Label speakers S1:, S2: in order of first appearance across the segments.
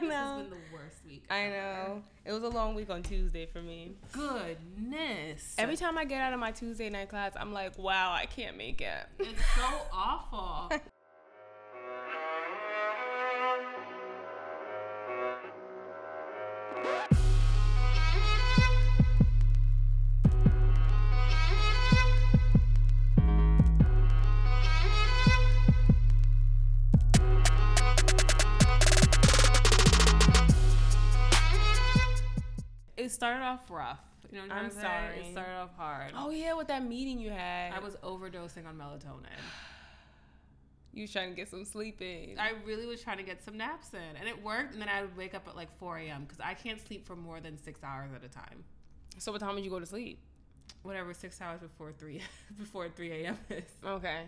S1: know.
S2: This has been the worst week.
S1: I
S2: ever.
S1: know. It was a long week on Tuesday for me.
S2: Goodness.
S1: Every time I get out of my Tuesday night class, I'm like, wow, I can't make it.
S2: It's so awful. It started off rough. You know what I'm,
S1: I'm
S2: saying?
S1: sorry.
S2: It started off hard.
S1: Oh yeah, with that meeting you had,
S2: I was overdosing on melatonin.
S1: you was trying to get some sleep in.
S2: I really was trying to get some naps in, and it worked. And then I would wake up at like 4 a.m. because I can't sleep for more than six hours at a time.
S1: so what time did you go to sleep?
S2: Whatever, six hours before three before 3 a.m. is.
S1: Okay.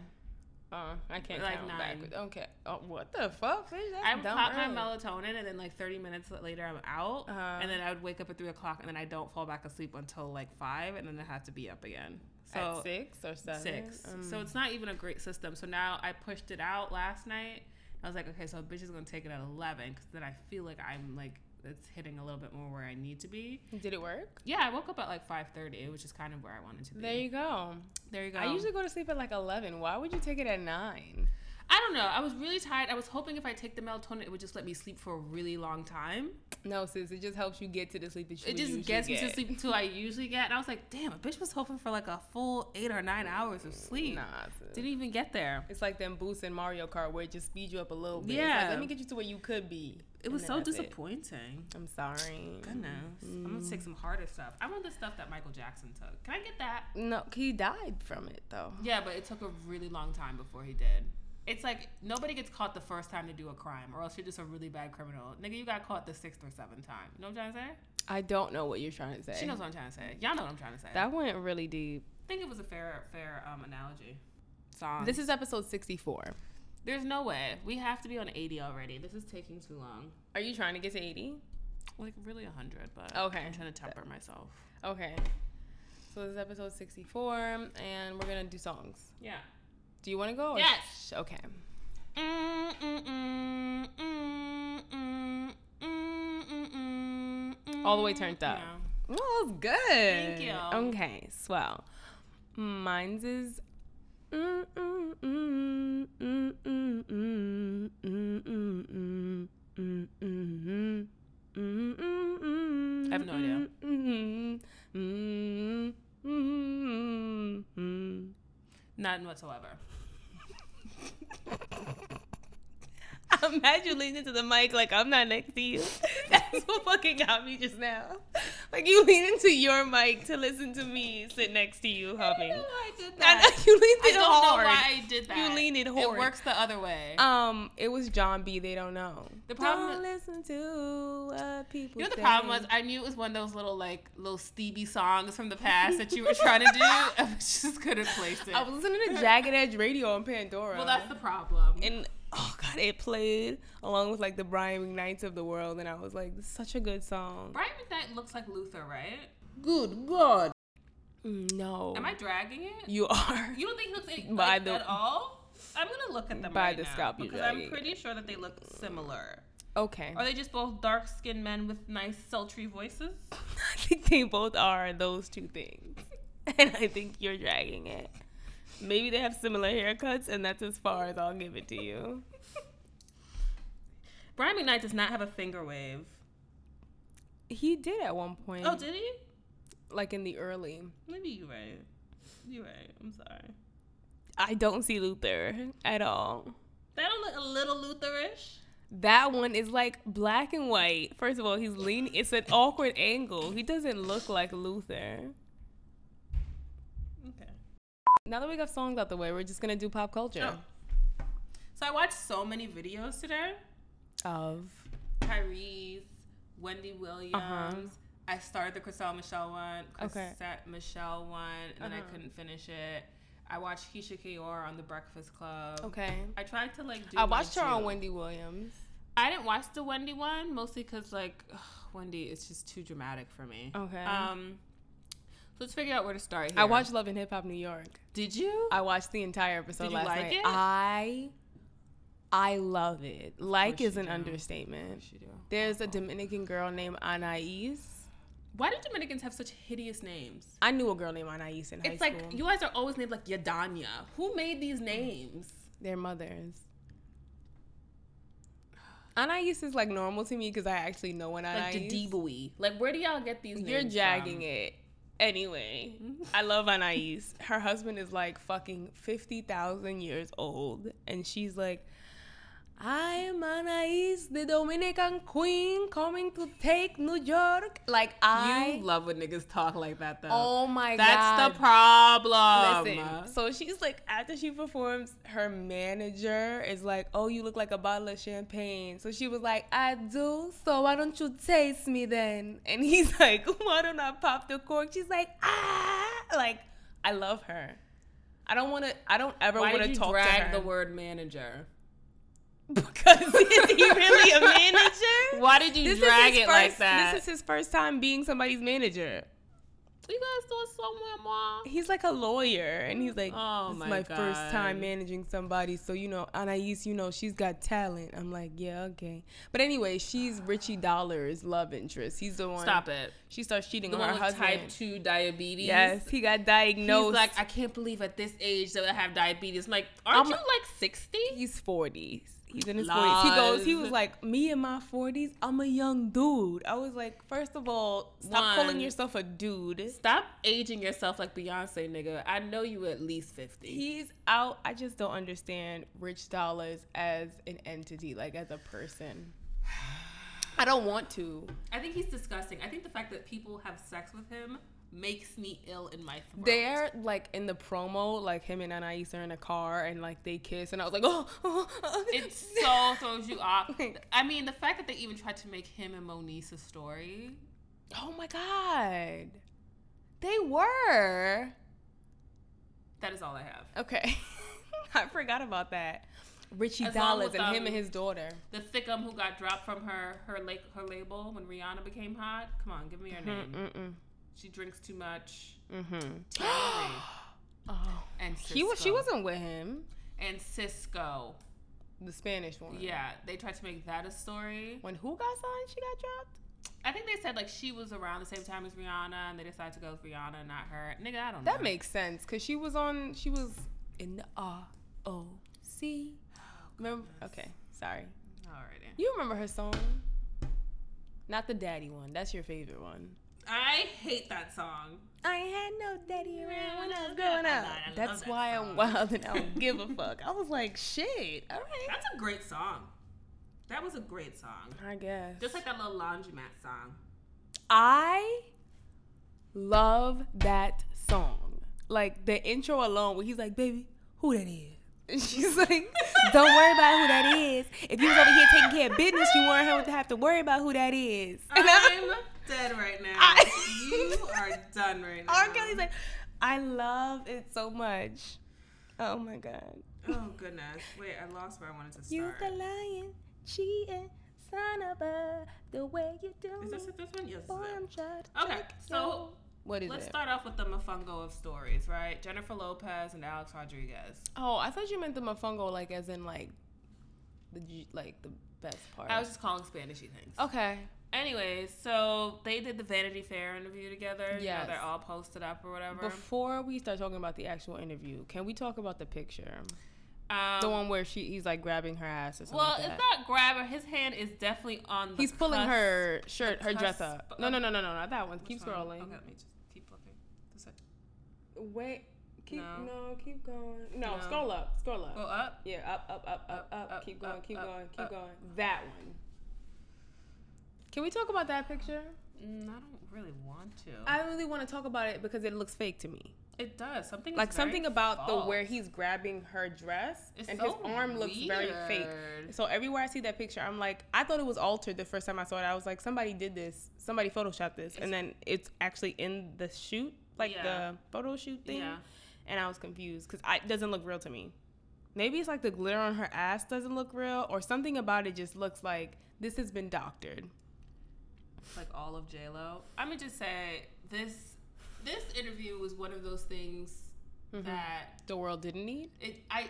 S1: Uh, I can't
S2: Like
S1: count
S2: nine.
S1: backwards. Okay. Oh, what the fuck? Bitch, that's
S2: I would
S1: dumb
S2: pop my
S1: early.
S2: melatonin, and then like 30 minutes later, I'm out.
S1: Uh-huh.
S2: And then I would wake up at three o'clock, and then I don't fall back asleep until like five, and then I have to be up again. So
S1: at six or seven.
S2: six.
S1: Um,
S2: So it's not even a great system. So now I pushed it out last night. I was like, okay, so bitch is gonna take it at eleven because then I feel like I'm like it's hitting a little bit more where I need to be.
S1: did it work?
S2: Yeah, I woke up at like five thirty, which is kind of where I wanted to be.
S1: There you go.
S2: there you go.
S1: I usually go to sleep at like eleven. Why would you take it at nine?
S2: I don't know. I was really tired. I was hoping if I take the melatonin, it would just let me sleep for a really long time.
S1: No, sis. It just helps you get to the sleep that you.
S2: It
S1: would
S2: just
S1: usually
S2: gets me to
S1: get.
S2: sleep until I usually get. And I was like, damn, a bitch was hoping for like a full eight or nine hours of sleep.
S1: Nah, sis.
S2: Didn't even get there.
S1: It's like them boosts in Mario Kart where it just speeds you up a little bit. Yeah.
S2: Yeah.
S1: let me get you to where you could be.
S2: It
S1: And
S2: was
S1: then
S2: so
S1: that's
S2: disappointing.
S1: I'm sorry.
S2: Goodness. I'm gonna take
S1: Mm.
S2: some harder stuff. I want the stuff that Michael Jackson took. Can I get that?
S1: No, he died from it though.
S2: Yeah, but it took a really long time before he did. It's like nobody gets caught the first time to do a crime, or else you're just a really bad criminal. Nigga, you got caught the sixth or seventh time. You know what I'm trying to say?
S1: I don't know what you're trying to say.
S2: She knows what I'm trying to say. Y'all know what I'm trying to say.
S1: that went really deep.
S2: I think it was a fair, fair um, analogy. Song.
S1: This is episode 64.
S2: There's no way. We have to be on 80 already. This is taking too long.
S1: Are you trying to get to 80?
S2: Like really 100, but
S1: Okay.
S2: I'm trying to temper myself.
S1: Okay. So this is episode 64, and we're gonna do songs.
S2: Yeah.
S1: Do you want to go? or
S2: Yes.
S1: sh- okay.
S2: All
S1: the way turned up. Well, it's good. Thank
S2: you.
S1: Okay, swell. Mine's is. Mm, mm, mm, mm, mm, mm, mm, mm, mm, mm, mm, mm, mm,
S2: I have no idea.
S1: mm, mm, mm, mm.
S2: None whatsoever.
S1: I'm mad you leaning to the mic like I'm not next to you. That's what fucking got me just now. Like you lean into your mic to listen to me sit next to you humming.
S2: I don't know why I did
S1: I
S2: that.
S1: know, you leaned
S2: I
S1: it
S2: don't
S1: hard.
S2: know why I did that.
S1: You leaned it hard.
S2: It works the other way.
S1: Um, it was John B. They don't know.
S2: The problem
S1: Don't listen to what people.
S2: you know what the
S1: say.
S2: problem was? I knew it was one of those little like little Stevie songs from the past that you were trying to do. I just couldn't place it.
S1: I was listening to Jagged Edge Radio on Pandora.
S2: well, that's the problem.
S1: and oh god, it played along with like the Brian McKnights of the world, and I was like, this is such a good song.
S2: Brian McKnight looks like Luther, right?
S1: Good God. Mm, No.
S2: Am I dragging it?
S1: You are.
S2: You don't think he looks any-
S1: By
S2: like
S1: the-
S2: at all? I'm gonna look at them
S1: By
S2: right
S1: the
S2: now
S1: scalp you're
S2: because I'm
S1: dragging.
S2: pretty sure that they look similar.
S1: Okay.
S2: Are they just both dark-skinned men with nice, sultry voices?
S1: I think they both are those two things. And I think you're dragging it. Maybe they have similar haircuts, and that's as far as I'll give it to you.
S2: Brian McKnight does not have a finger wave.
S1: He did at one point,
S2: Oh, did he?
S1: like in the early.
S2: Maybe you're right. You're right. I'm sorry.
S1: I don't see Luther at all.
S2: They don't look a little Lutherish.
S1: That one is like black and white. First of all, he's leaning. It's an awkward angle. He doesn't look like Luther.
S2: Okay.
S1: Now that we got songs out the way, we're just gonna do pop culture.
S2: Oh. So I watched so many videos today.
S1: Of
S2: Tyrese, Wendy Williams. I started the Chriselle Michelle one,
S1: Uh-huh. Okay. Uh-huh.
S2: Chrisette Michelle one, and then I couldn't finish it. I watched Keisha Kaur on The Breakfast Club.
S1: okay,
S2: I tried to like do.
S1: I watched her
S2: one,
S1: on
S2: too.
S1: Wendy Williams.
S2: I didn't watch the Wendy one mostly because like ugh, Wendy, it's just too dramatic for me.
S1: Okay.
S2: Um, so let's figure out where to start. Here.
S1: I watched Love and Hip Hop New York.
S2: Did you?
S1: I watched the entire episode
S2: Did you
S1: last
S2: like
S1: night.
S2: it?
S1: I I love it. Like
S2: you
S1: is an
S2: do.
S1: understatement.
S2: She do.
S1: There's a Dominican girl named Anais.
S2: Why do Dominicans have such hideous names?
S1: I knew a girl named Anais in high
S2: It's
S1: school.
S2: like you guys are always named like Yadanya. Who made these names?
S1: Their mothers. Anais is like normal to me because I actually know an
S2: Like
S1: Anais.
S2: Jadibui. Like where do y'all get these names?
S1: You're jagging
S2: from?
S1: it. Anyway, I love Anais. Her husband is like fucking 50,000 years old. And she's like, I am Anais, the Dominican queen, coming to take New York. Like, I.
S2: You love when niggas talk like that though.
S1: oh my
S2: That's
S1: God.
S2: the problem.
S1: Listen, so she's like, after she performs, her manager is like, Oh, you look like a bottle of champagne. So she was like, I do, so why don't you taste me then? And he's like, Why don't I pop the cork? She's like, Ah, like, I love her. I don't want to, I don't ever
S2: Why
S1: want
S2: did
S1: to
S2: you
S1: talk
S2: drag
S1: to her.
S2: the word manager?
S1: because is he really a manager?
S2: Why did you
S1: This is
S2: drag
S1: his
S2: it like
S1: first-
S2: that?
S1: This is his first time being somebody's manager.
S2: you guys doing somewhere, mom?
S1: He's like a lawyer, and he's like,
S2: Oh
S1: "This
S2: my
S1: is my
S2: God.
S1: first time managing somebody, so you know, Anais, you know, she's got talent." I'm like, "Yeah, okay." But anyway, she's Richie Dollar's love interest. He's the one.
S2: Stop it.
S1: She starts cheating
S2: The
S1: on
S2: one
S1: her
S2: with
S1: husband.
S2: type two diabetes.
S1: Yes, he got diagnosed.
S2: He's like, I can't believe at this age that I have diabetes. I'm like, aren't
S1: I'm-
S2: you like sixty?
S1: he's 40s. He's in his 40s. He goes, he was
S2: Lies.
S1: like, me in my 40s, I'm a young dude. I was like, first of all, stop
S2: One.
S1: calling yourself a dude.
S2: Stop aging yourself like Beyonce, nigga. I know you at least 50.
S1: He's out. I just don't understand Rich Dollars as an entity, like as a person. I don't want to.
S2: I think he's disgusting. I think the fact that people have sex with him makes me ill in my throat.
S1: They're like in the promo, like him and Anais are in a car and like they kiss, and I was like, oh, oh, oh.
S2: It so throws you off.
S1: Like-
S2: I mean, the fact that they even tried to make him and Moniece a story.
S1: oh my god, they were.
S2: That is all I have.
S1: Okay. I forgot about that. Richie
S2: As long
S1: Dollars
S2: with,
S1: and him
S2: um,
S1: and his daughter.
S2: The thickum who got dropped from her her la- her label when Rihanna became hot. Come on, give me
S1: Mm-hmm.
S2: her name. She drinks too much. Terry
S1: Oh.
S2: and Cisco.
S1: Mm-hmm. He was she wasn't with him.
S2: and Cisco.
S1: The Spanish one.
S2: Yeah, they tried to make that a story.
S1: When who got signed, she got dropped?
S2: I think they said like she was around the same time as Rihanna, and they decided to go with Rihanna, not her. Nigga, I don't know.
S1: That makes sense cuz she was on she was in the R O C. Remember Okay, sorry.
S2: Alrighty.
S1: You remember her song? Not the daddy one. That's your favorite one.
S2: I hate that song.
S1: I ain't had no daddy around when I was
S2: Oh my
S1: growing up.
S2: God, I love
S1: That's
S2: that
S1: why I'm
S2: song.
S1: wild and I don't give a fuck. I was like, shit. All right.
S2: That's a great song. That was a great song.
S1: I guess.
S2: Just like that little laundromat song.
S1: I love that song. Like the intro alone, where he's like, "Baby, who that is?" And she's like, "Don't worry about who that is. If you was over here taking care of business, you weren't have to have to worry about who that is." And
S2: I'm
S1: I'm-
S2: dead right now.
S1: I-
S2: you are done right now.
S1: R. Kelly's like, "I love it so much." Oh my god!
S2: oh goodness. Wait, I lost where I wanted to
S1: You
S2: start.
S1: the lion, cheating son of a, the way you do
S2: Is
S1: me,
S2: this this one? Yes. This
S1: boy,
S2: is
S1: I'm
S2: it.
S1: trying to
S2: Okay,
S1: take
S2: so
S1: you. what is
S2: Let's
S1: it?
S2: start off with the mofongo of stories, right? Jennifer Lopez and Alex Rodriguez.
S1: Oh, I thought you meant the mofongo, like as in like the g- like the best part.
S2: I was just calling Spanishy things.
S1: okay.
S2: Anyways, so they did the Vanity Fair interview together. Yeah,
S1: Yes.
S2: they're all posted up or whatever.
S1: Before we start talking about the actual interview, can we talk about the picture?
S2: um,
S1: The one where she he's like grabbing her ass or something.
S2: Well,
S1: like
S2: it's
S1: that.
S2: not grab her. His hand is definitely on the.
S1: He's pulling
S2: cusp.
S1: her shirt, her dress
S2: cusp
S1: up. No, no, no, no, no, not that one.
S2: Which
S1: keep
S2: one?
S1: scrolling.
S2: Okay, let me just keep looking. This way.
S1: Wait. Keep
S2: No.
S1: no. keep going. No,
S2: No.
S1: scroll up, scroll up.
S2: Go up.
S1: Yeah, up, up, up, up, up.
S2: up,
S1: keep going,
S2: up,
S1: keep
S2: up,
S1: going, keep
S2: up.
S1: going. That one. Can we talk about that picture?
S2: Mm, I don't really want to.
S1: I really want to talk about it because it looks fake to me.
S2: it does something. is
S1: like
S2: very
S1: something about
S2: false.
S1: the where he's grabbing her dress
S2: It's
S1: and
S2: so
S1: his arm looks very fake.
S2: weird.
S1: So everywhere I see that picture, I'm like, I thought it was altered the first time I saw it. I was like, somebody did this, somebody photoshopped this, and then it's actually in the shoot, like
S2: Yeah.
S1: the photo shoot thing.
S2: Yeah.
S1: And I was confused because it doesn't look real to me. Maybe it's like the glitter on her ass doesn't look real, or something about it just looks like this has been doctored.
S2: like all of J Lo. I'm gonna just say this. This
S1: Mm-hmm.
S2: interview was one of those things that
S1: The world didn't need.
S2: it I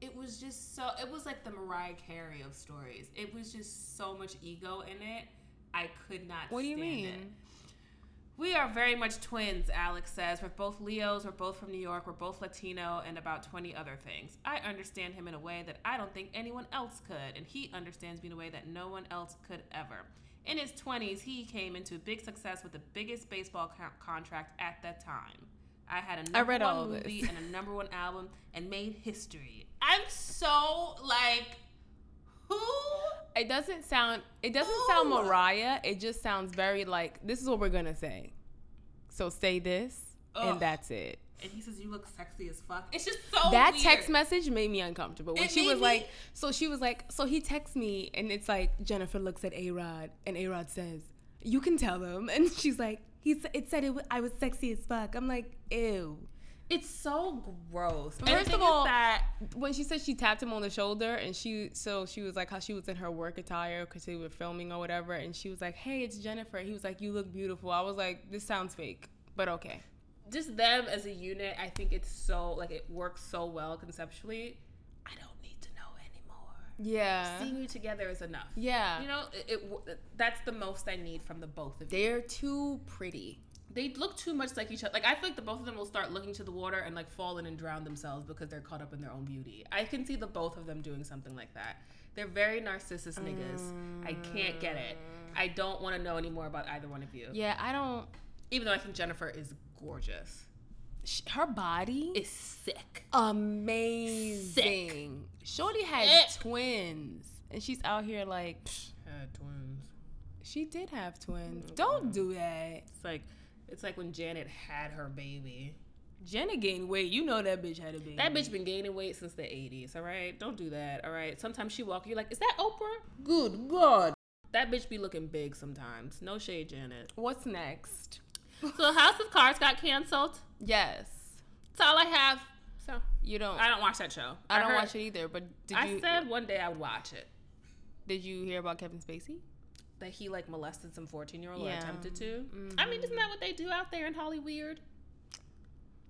S2: it was just so it was like the Mariah Carey of stories. It was just so much ego in it. I could not.
S1: What do you
S2: stand
S1: mean?
S2: It. We are very much twins, Alex says. We're both Leos, we're both from New York, we're both Latino, and about 20 other things. I understand him in a way that I don't think anyone else could, and he understands me in a way that no one else could ever. In his 20s, he came into big success with the biggest baseball co- contract at that time. I had a number
S1: read
S2: one
S1: all of
S2: movie
S1: this.
S2: and a number one album and made history. I'm so like, who?
S1: It doesn't sound. It doesn't sound
S2: Ooh.
S1: Mariah. It just sounds very like this is what we're gonna say. So say this,
S2: Ugh.
S1: and that's it.
S2: And he says, You look sexy as fuck. It's just so
S1: that
S2: weird.
S1: text message made me uncomfortable. When
S2: It
S1: she
S2: made
S1: was
S2: me-
S1: like, so she was like, so he texts me, and it's like Jennifer looks at A Rod, and A Rod says, "You can tell him," and she's like, "He s- it said it w- I was sexy as fuck." I'm like, ew.
S2: It's so gross.
S1: First of all-
S2: that
S1: When she said she tapped him on the shoulder, and she so she was like how she was in her work attire because they were filming or whatever, and she was like, "Hey, it's Jennifer." He was like, "You look beautiful." I was like, "This sounds fake," but okay.
S2: just them as a unit, I think it's so like it works so well conceptually. I don't need to know anymore.
S1: Yeah.
S2: Seeing you together is enough.
S1: yeah.
S2: You know, it, it w- that's the most I need from the both of you.
S1: they're too pretty.
S2: They look too much like each other. Like I feel like the both of them will start looking to the water and like fall in and drown themselves because they're caught up in their own beauty. I can see the both of them doing something like that. They're very narcissist niggas. I can't get it. I don't want to know any more about either one of you.
S1: Yeah, I don't.
S2: Even though I think Jennifer is gorgeous.
S1: Sh- her body
S2: is sick.
S1: amazing. Shorty had
S2: Sick.
S1: twins, and she's out here like
S2: Had twins.
S1: she did have twins. Don't do that.
S2: It's like it's like when Janet had her baby.
S1: Jenna gained weight. You know that bitch had a baby.
S2: That bitch been gaining weight since the eighties. All right, don't do that. All right. Sometimes she walk. You're like, is that Oprah? Good God. That bitch be looking big sometimes. No shade, Janet.
S1: What's next?
S2: So House of Cards got canceled.
S1: Yes,
S2: That's all I have. So
S1: you don't.
S2: I
S1: I,
S2: don't watch that show.
S1: don't
S2: heard-
S1: watch it either. But did
S2: I
S1: you
S2: said one day I would watch it.
S1: did you hear about Kevin Spacey?
S2: That he like molested some fourteen year old or
S1: Yeah.
S2: attempted to. I mean, isn't that what they do out there in Hollywood?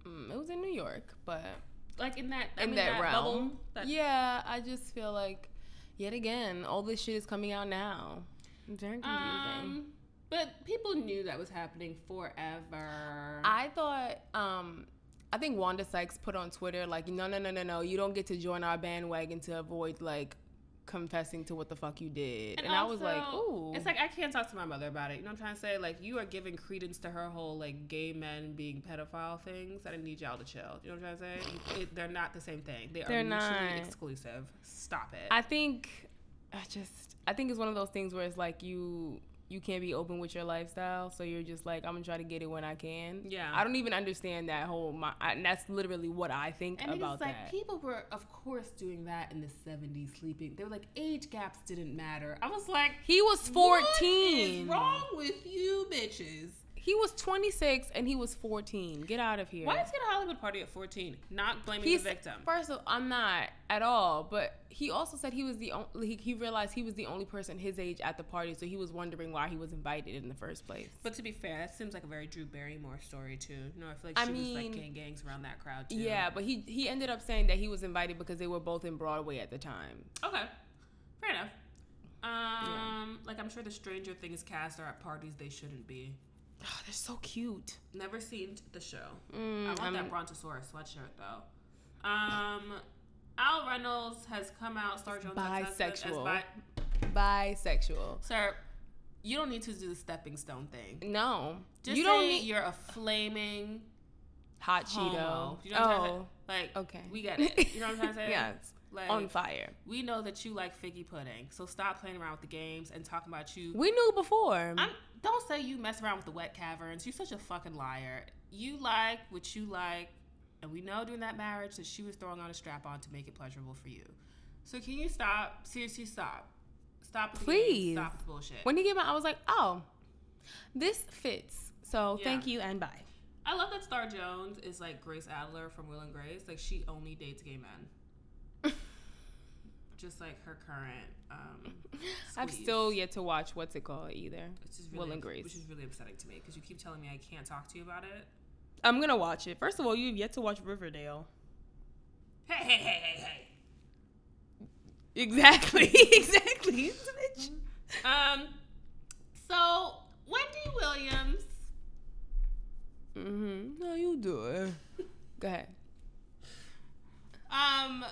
S1: Mm, it was in New York, but
S2: Like in that I
S1: in
S2: mean,
S1: that, realm.
S2: bubble, that
S1: yeah, I just feel like yet again all this shit is coming out now. Very confusing.
S2: Um, but people knew that was happening forever.
S1: I thought, um, I think Wanda Sykes put on Twitter like, no, no, no, no, no, you don't get to join our bandwagon to avoid like confessing to what the fuck you did. And, I was like,
S2: also,
S1: ooh,
S2: it's like I can't talk to my mother about it. You know what I'm trying to say? Like, you are giving credence to her whole like gay men being pedophile things. I need y'all to chill. You know what I'm trying to say? It, they're not the same thing. They are
S1: They're
S2: mutually
S1: not.
S2: exclusive. Stop it.
S1: I think, I just, I think it's one of those things where it's like you. You can't be open with your lifestyle, so you're just like, I'm gonna try to get it when I can.
S2: Yeah.
S1: I don't even understand that whole. My, I, and that's literally what I think
S2: and
S1: about
S2: it's like
S1: that.
S2: people were, of course, doing that in the '70s. Sleeping, they were like age gaps didn't matter. I was like,
S1: He was 14.
S2: What is wrong with you, bitches?
S1: He was 26 and he was 14. Get out of here.
S2: Why is he at a Hollywood party at 14? Not blaming
S1: He's
S2: the victim.
S1: First of, I'm not at all. But he also said he was the only. He, he realized he was the only person his age at the party, so he was wondering why he was invited in the first place.
S2: But to be fair, that seems like a very Drew Barrymore story too. You know, I feel like
S1: I
S2: she was
S1: mean-
S2: like gang gangs around that crowd too.
S1: Yeah, but he he ended up saying that he was invited because they were both in Broadway at the time.
S2: Okay. Fair enough. Um, like I'm sure the Stranger Things cast are at parties they shouldn't be.
S1: Oh, they're so cute.
S2: Never seen the show. I
S1: Mm,
S2: want that Brontosaurus sweatshirt though. Um, Al Reynolds has come out. Star Jones ex-husband, as
S1: bisexual.
S2: bi-
S1: I'm bisexual.
S2: Sir, you don't need to do the stepping stone thing.
S1: No,
S2: Just
S1: you don't
S2: say
S1: need
S2: You're a flaming
S1: hot
S2: homo.
S1: Cheeto.
S2: You know what I'm trying to
S1: oh,
S2: say? Like,
S1: okay.
S2: we get it. You know what I'm trying to say?
S1: yes,
S2: Like,
S1: on fire.
S2: we know that you like figgy pudding, so stop playing around with the games and talking about you.
S1: We knew before.
S2: I'm, don't say you mess around with the wet caverns. You're such a fucking liar. You like what you like, and we know during that marriage that she was throwing on a strap on to make it pleasurable for you. So can you stop? Seriously, stop. Stop. with the games.
S1: Please.
S2: Stop the bullshit.
S1: when he came out, I was like, oh, this fits. So
S2: Yeah.
S1: thank you and bye.
S2: I love that Star Jones is like Grace Adler from Will and Grace. Like she only dates gay men. Just like her current. Um,
S1: I've
S2: squeeze.
S1: still yet to watch what's it called either.
S2: Which is
S1: Will
S2: really,
S1: and Grace.
S2: Which is really upsetting to me because you keep telling me I can't talk to you about it.
S1: I'm gonna watch it. First of all, you've yet to watch Riverdale.
S2: Hey, hey, hey, hey, hey.
S1: Exactly. exactly. It's a bitch.
S2: Um, so Wendy Williams,
S1: Mm-hmm. No, you do it. Go ahead.
S2: um,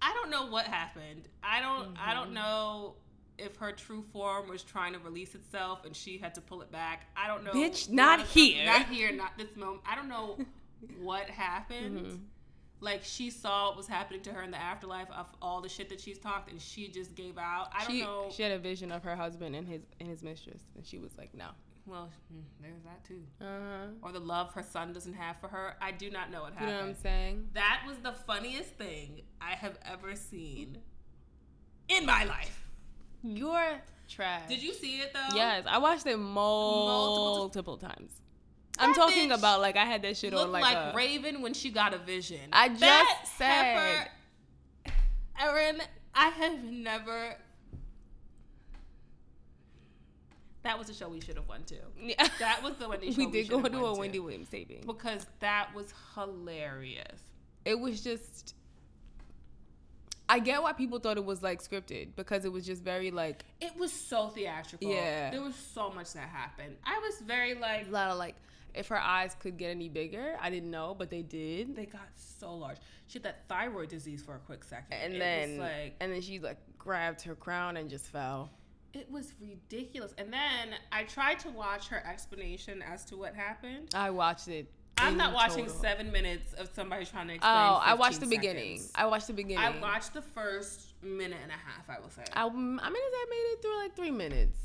S2: I don't know what happened. I don't. I
S1: Mm-hmm.
S2: don't know if her true form was trying to release itself and she had to pull it back. I don't know.
S1: Bitch, not
S2: Not-
S1: here.
S2: Not here. Not this moment. I don't know what happened.
S1: Mm-hmm.
S2: Like she saw what was happening to her in the afterlife of all the shit that she's talked, and she just gave out. I don't
S1: She
S2: know.
S1: she had a vision of her husband and his and his mistress, and she was like, no.
S2: well, mm, there's that too.
S1: Uh-huh.
S2: Or the love her son doesn't have for her. I do not know what
S1: You
S2: happened.
S1: know what I'm saying?
S2: That was the funniest thing I have ever seen in my life.
S1: You're trash.
S2: Did you see it though?
S1: Yes, I watched it multiple,
S2: Multiple
S1: times. I'm
S2: That
S1: talking
S2: bitch
S1: about like I had that shit
S2: Looked
S1: on like,
S2: like,
S1: a,
S2: Raven when she got a vision.
S1: I just
S2: that
S1: said-
S2: heifer- Erin, I have never. That was a show we should have won to. That was the Wendy show.
S1: we did go
S2: should have
S1: to a
S2: went
S1: Wendy Williams taping.
S2: because that was hilarious.
S1: It was just. I get why people thought it was like scripted because it was just very like
S2: It was so theatrical.
S1: Yeah.
S2: there was so much that happened. I was very like,
S1: a lot of like if her eyes could get any bigger, I didn't know, but they did.
S2: they got so large. She had that thyroid disease for a quick second.
S1: And
S2: it
S1: then
S2: was like
S1: and then she like grabbed her crown and just fell.
S2: it was ridiculous. And then I tried to watch her explanation as to what happened.
S1: I watched it.
S2: I'm
S1: in
S2: not watching
S1: total.
S2: seven minutes of somebody trying to
S1: Oh,
S2: explain.
S1: I watched the
S2: 15
S1: beginning.
S2: seconds.
S1: I watched the beginning.
S2: I watched the first minute and a half. I will say.
S1: I, I'm- I mean, I made it through like three minutes.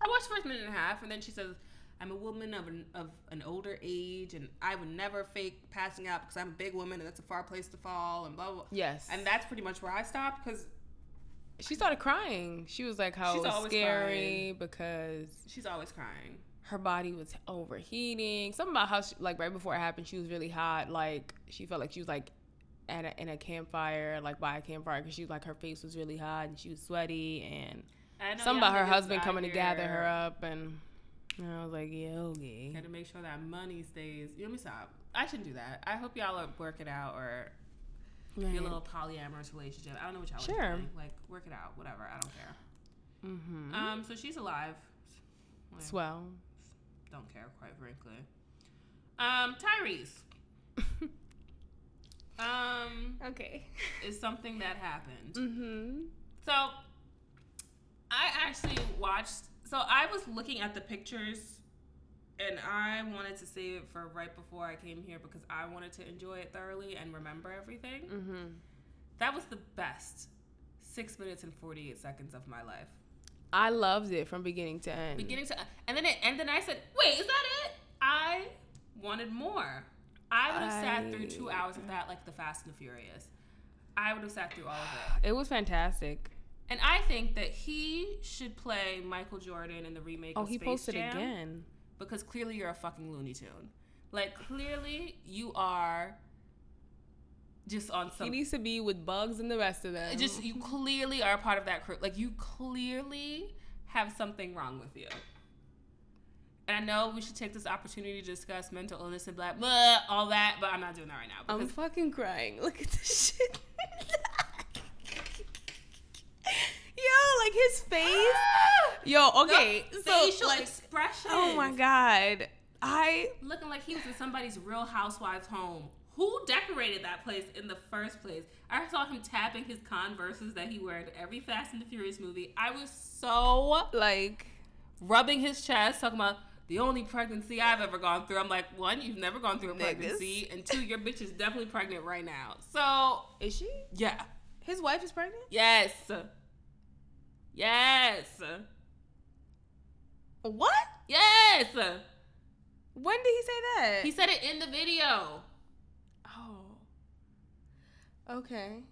S2: I watched the first minute and a half, and then she says, "I'm a woman of an, of an older age, and I would never fake passing out because I'm a big woman, and that's a far place to fall, and blah blah." blah.
S1: Yes.
S2: And that's pretty much where I stopped because
S1: she started crying. She was like, how
S2: She's
S1: it was
S2: always
S1: scary because
S2: she's always crying.
S1: her body was overheating. Something about how, she, like, right before it happened, she was really hot. Like, she felt like she was like at a, in a campfire, like by a campfire, because she was like, her face was really hot and she was sweaty. And
S2: I know
S1: something about
S2: y'all
S1: her
S2: niggas
S1: husband
S2: out
S1: coming to gather
S2: here
S1: her up. And, and I was like, yeah, okay.
S2: Gotta make sure that money stays. Let me stop. I shouldn't do that. I hope y'all are work it out or your little polyamorous relationship. I don't know what y'all
S1: Sure.
S2: are doing. Like work it out, whatever. I don't care.
S1: Mm-hmm.
S2: Um, so she's alive. Like,
S1: Swell.
S2: don't care, quite frankly. Um, Tyrese. um,
S1: Okay.
S2: is something that happened.
S1: Mm-hmm.
S2: So I actually watched. So I was looking at the pictures, and I wanted to save it for right before I came here because I wanted to enjoy it thoroughly and remember everything.
S1: Mm-hmm.
S2: That was the best six minutes and forty eight seconds of my life,
S1: I loved it from beginning to end.
S2: beginning to and then it and then I said, "Wait, is that it?" I wanted more. I would have sat through two
S1: I-
S2: hours of that, like the Fast and the Furious. I would have sat through all of it.
S1: It was fantastic.
S2: And I think that he should play Michael Jordan in the remake.
S1: Oh,
S2: of
S1: he
S2: Space
S1: posted
S2: Jam
S1: again.
S2: because clearly you're a fucking Looney Tune. Like clearly you are just on
S1: He
S2: some.
S1: needs to be with Bugs and the rest of them.
S2: Oh. Just you clearly are a part of that crew. Like you clearly have something wrong with you. And I know we should take this opportunity to discuss mental illness and blah blah all that, but I'm not doing that right now
S1: I'm
S2: because
S1: fucking crying. Look at this shit. Yo, like his face. Yo, Um, okay.
S2: Ah! The
S1: so,
S2: facial
S1: like,
S2: expression.
S1: oh my god, I
S2: looking like he was in somebody's Real Housewives home. Who decorated that place in the first place? I saw him tapping his Converses that he wears every Fast and the Furious movie. I was so
S1: like.
S2: rubbing his chest, talking about the only pregnancy I've ever gone through. I'm like, one, you've never gone through a
S1: Niggas.
S2: pregnancy, and two, your bitch is definitely pregnant right now. So
S1: Is she?
S2: yeah,
S1: His wife is pregnant.
S2: yes, yes,
S1: What?
S2: yes.
S1: When did he say that?
S2: He said it in the video.
S1: Oh. Okay.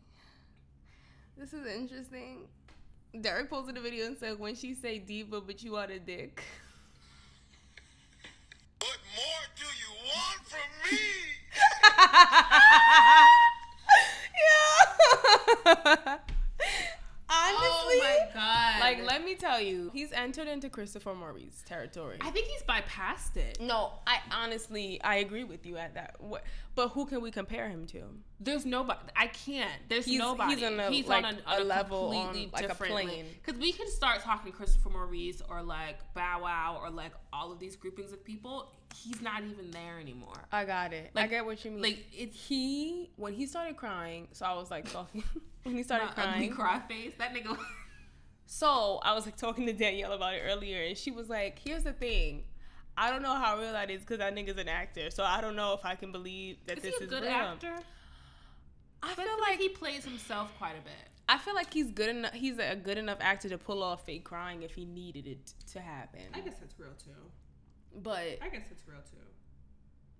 S1: This is interesting. Derek posted a video and said, "When she say diva, but you are the dick."
S3: What more do you want from me?
S1: yeah. Honestly,
S2: oh my god!
S1: Like, let me tell you, he's entered into Christopher Maurice territory.
S2: I think he's bypassed it.
S1: no, I honestly, I agree with you at that. What, but who can we compare him to?
S2: There's nobody. I can't. There's
S1: He's-
S2: nobody.
S1: he's on a- like, a level, on, like, a plane.
S2: Because we could start talking Christopher Maurice or like Bow Wow or like all of these groupings of people. He's not even there anymore.
S1: I got it. I
S2: Like-
S1: get what you mean.
S2: Like it's
S1: he, when he started crying, so I was like, talking. when he started
S2: my ugly
S1: crying,
S2: cry face. That nigga.
S1: So I was like talking to Danielle about it earlier, and she was like, "Here's the thing, I don't know how real that is because that nigga's an actor, so I don't know if I can believe that
S2: Is
S1: this
S2: he a
S1: is
S2: good
S1: real."
S2: actor?
S1: I
S2: But I
S1: feel
S2: feel
S1: like
S2: like he plays himself quite a bit.
S1: I feel like he's good enough. He's a good enough actor to pull off fake crying if he needed it to happen.
S2: that's real too.
S1: but
S2: guess that's real too.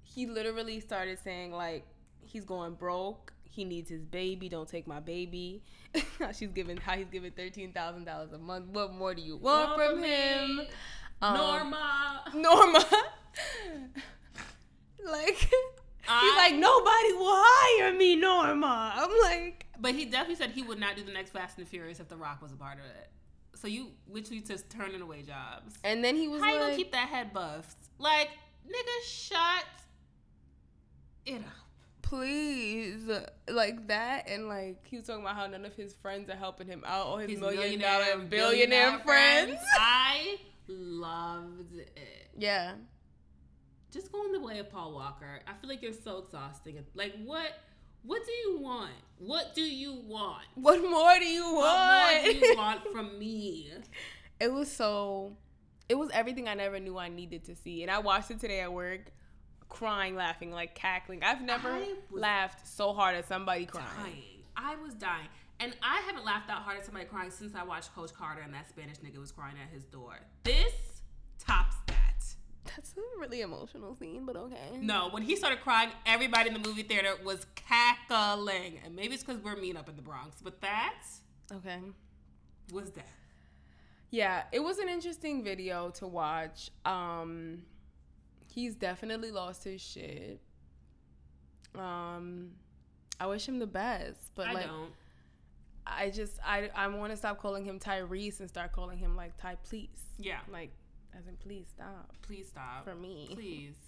S1: he literally started saying like he's going broke. He needs his baby. Don't take my baby. How She's giving how he's giving thirteen thousand dollars a month. What more do you want
S2: Want
S1: from
S2: from
S1: him?
S2: me.
S1: Um,
S2: Norma.
S1: Norma. like he's
S2: I-
S1: like nobody will hire me, Norma. I'm like
S2: But he definitely said he would not do the next Fast and the Furious if The Rock was a part of it. So you literally just turning away jobs.
S1: and then he was
S2: How you
S1: like
S2: gonna keep that head buffed? Like, nigga, shut it up.
S1: please like that and like he was talking about how none of his friends are helping him out or his,
S2: His
S1: million
S2: millionaire,
S1: dollar and billionaire, friends.
S2: I loved it.
S1: yeah.
S2: Just go in the way of Paul Walker. I feel like you're so exhausting. Like, what? What do you want? What do you want?
S1: What more do you want?
S2: What more do you want from me?
S1: it was so it was everything I never knew I needed to see. And I watched it today at work crying laughing like cackling. I've never
S2: I was
S1: laughed so hard at somebody crying.
S2: dying. I was dying. And I haven't laughed that hard at somebody crying since I watched Coach Carter and that Spanish nigga was crying at his door. This tops that.
S1: That's a really emotional scene, but okay.
S2: No, when he started crying, everybody in the movie theater was cackling. And maybe it's because we're mean up in the Bronx, but that
S1: Okay.
S2: was that.
S1: Yeah, it was an interesting video to watch. Um he's definitely lost his shit. Um I wish him the best, but
S2: I
S1: like
S2: don't.
S1: I just I I want to stop calling him Tyrese and start calling him like Ty please.
S2: Yeah.
S1: Like, as in, please stop.
S2: Please stop.
S1: For me.
S2: Please.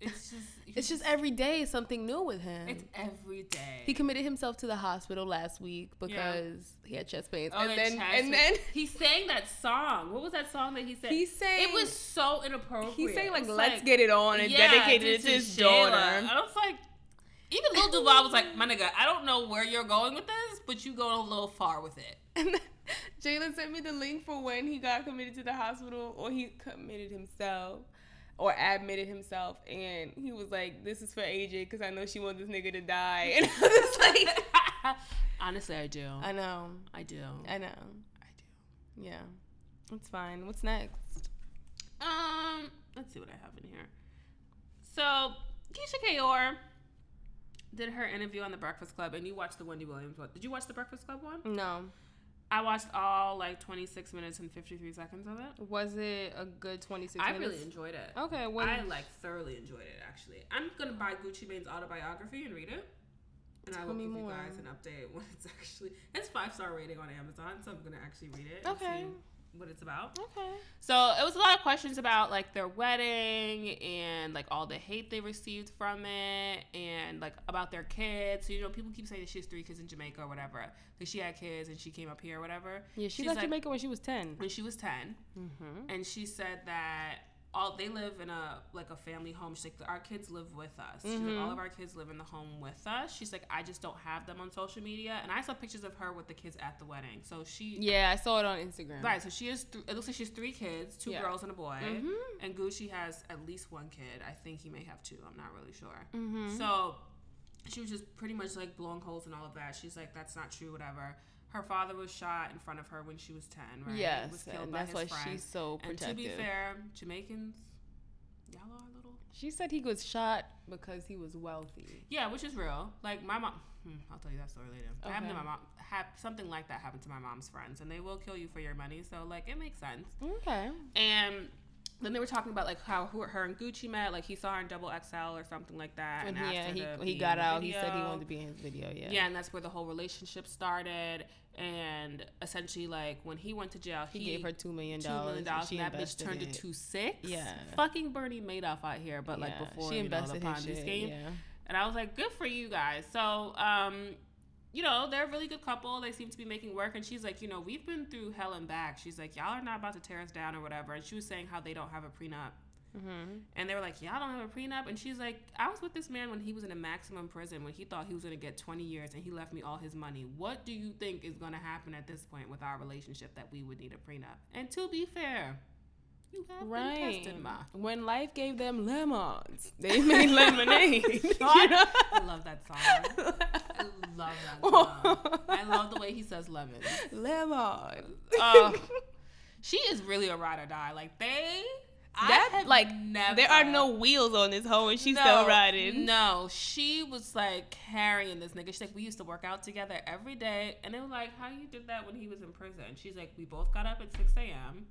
S2: It's just,
S1: It's just every day is something new with him.
S2: it's every day.
S1: he committed himself to the hospital last week because he had chest pains,
S2: Oh,
S1: and
S2: that
S1: then
S2: Chaz
S1: and
S2: was-
S1: then
S2: he sang that song. What was that song that he sang?
S1: He sang-
S2: It was so inappropriate.
S1: he sang like
S2: It's
S1: "Let's get it on" and
S2: yeah,
S1: dedicated it
S2: this
S1: to
S2: is
S1: his
S2: Shayla.
S1: daughter.
S2: I was like, even Lil Duval was like, my nigga, I don't know where you're going with this, but you going a little far with it.
S1: And then Jalen sent me the link for when he got committed to the hospital, or he committed himself, or admitted himself, and he was like, "This is for AJ because I know she wants this nigga to die." And I was like,
S2: Honestly, I do.
S1: "I know,
S2: I do.
S1: I know,
S2: I do.
S1: yeah, it's fine. What's next?"
S2: Um, let's see what I have in here. So Keisha Kaur did her interview on The Breakfast Club, and you watched the Wendy Williams one. Did you watch The Breakfast Club one?
S1: No.
S2: I watched all like 26 minutes and 53 seconds of it.
S1: Was it a good 26
S2: I
S1: minutes?
S2: really enjoyed it.
S1: Okay, what
S2: I like thoroughly enjoyed it actually. I'm gonna buy Gucci Mane's autobiography and read it. And I
S1: Tell
S2: will
S1: me
S2: give
S1: more.
S2: you guys an update when it's actually it's five star rating on Amazon, so I'm gonna actually read it.
S1: Okay.
S2: And see what it's about.
S1: Okay.
S2: So it was a lot of questions about like their wedding and like all the hate they received from it and like about their kids. So you know people keep saying that she has three kids in Jamaica or whatever. Like she had kids and she came up here or whatever.
S1: Yeah, she
S2: She's
S1: left
S2: like-
S1: Jamaica when she was 10.
S2: when she was 10 and she said that all they live in a like a family home. She's like, our kids live with us. She's like, all of our kids live in the home with us. She's like, I just don't have them on social media. And I saw pictures of her with the kids at the wedding. So she
S1: Yeah, I saw it on Instagram.
S2: Right, so she has. Th- it looks like she has three kids, two
S1: Yeah. Mm-hmm.
S2: girls and a boy, and Gucci has at least one kid. I think he may have two. I'm not really sure.
S1: Mm-hmm.
S2: So she was just pretty much like blowing holes and all of that. She's like, that's not true, whatever. Her father was shot in front of her when she was ten, right?
S1: Yes,
S2: was
S1: and that's why she's so
S2: And to be
S1: protective.
S2: fair, Jamaicans, y'all are a little.
S1: She said he was shot because he was wealthy.
S2: Yeah, which is real. Like my mom, hmm, I'll tell you that story later. That happened to my
S1: Okay.
S2: mom. Have something like that happened to my mom's friends, and they will kill you for your money. So like, it makes sense.
S1: Okay.
S2: And Then they were talking about like how her her and Gucci met, like he saw her in Double XL or something like that.
S4: When
S2: And
S4: he,
S2: asked
S4: yeah,
S2: her
S4: he,
S2: to be
S4: he
S2: in
S4: got
S2: the
S4: out. He said he
S2: video.
S4: wanted to be in his video. Yeah.
S2: Yeah, and that's where the whole relationship started. And essentially, like when he went to jail, he,
S4: He, gave her two million
S2: two million
S4: dollars.
S2: dollars.
S4: She
S2: and That bitch
S4: invested
S2: turned
S4: in
S2: to
S4: it.
S2: two six.
S4: Yeah.
S2: fucking Bernie Madoff out here, but like
S4: Yeah,
S2: before
S4: she
S2: you know,
S4: invested
S2: the
S4: his
S2: Ponzi
S4: shit,
S2: scheme.
S4: Yeah.
S2: And I was like, good for you guys. So, um, you know, they're a really good couple. They seem to be making work. And she's like, you know, we've been through hell and back. She's like, y'all are not about to tear us down or whatever. And she was saying how they don't have a prenup.
S1: Mm-hmm.
S2: And they were like, y'all don't have a prenup. And she's like, I was with this man when he was in a maximum prison when he thought he was going to get 20 years and he left me all his money. What do you think is going to happen at this point with our relationship that we would need a prenup? And to be fair, you have been
S1: Right.
S2: tested, ma.
S1: When life gave them lemons, they made lemonade. You know?
S2: I love that song. I love that song. I love the way he says lemon.
S1: Lemon.
S4: Oh,
S2: Uh, she is really a ride or die. Like they,
S1: That,
S2: I have
S1: like,
S2: never,
S1: There are no wheels on this hoe, and she's
S2: No,
S1: still riding.
S2: No, she was like carrying this nigga. She's like, we used to work out together every day, and they were like, how you did that when he was in prison? She's like, we both got up at six a.m.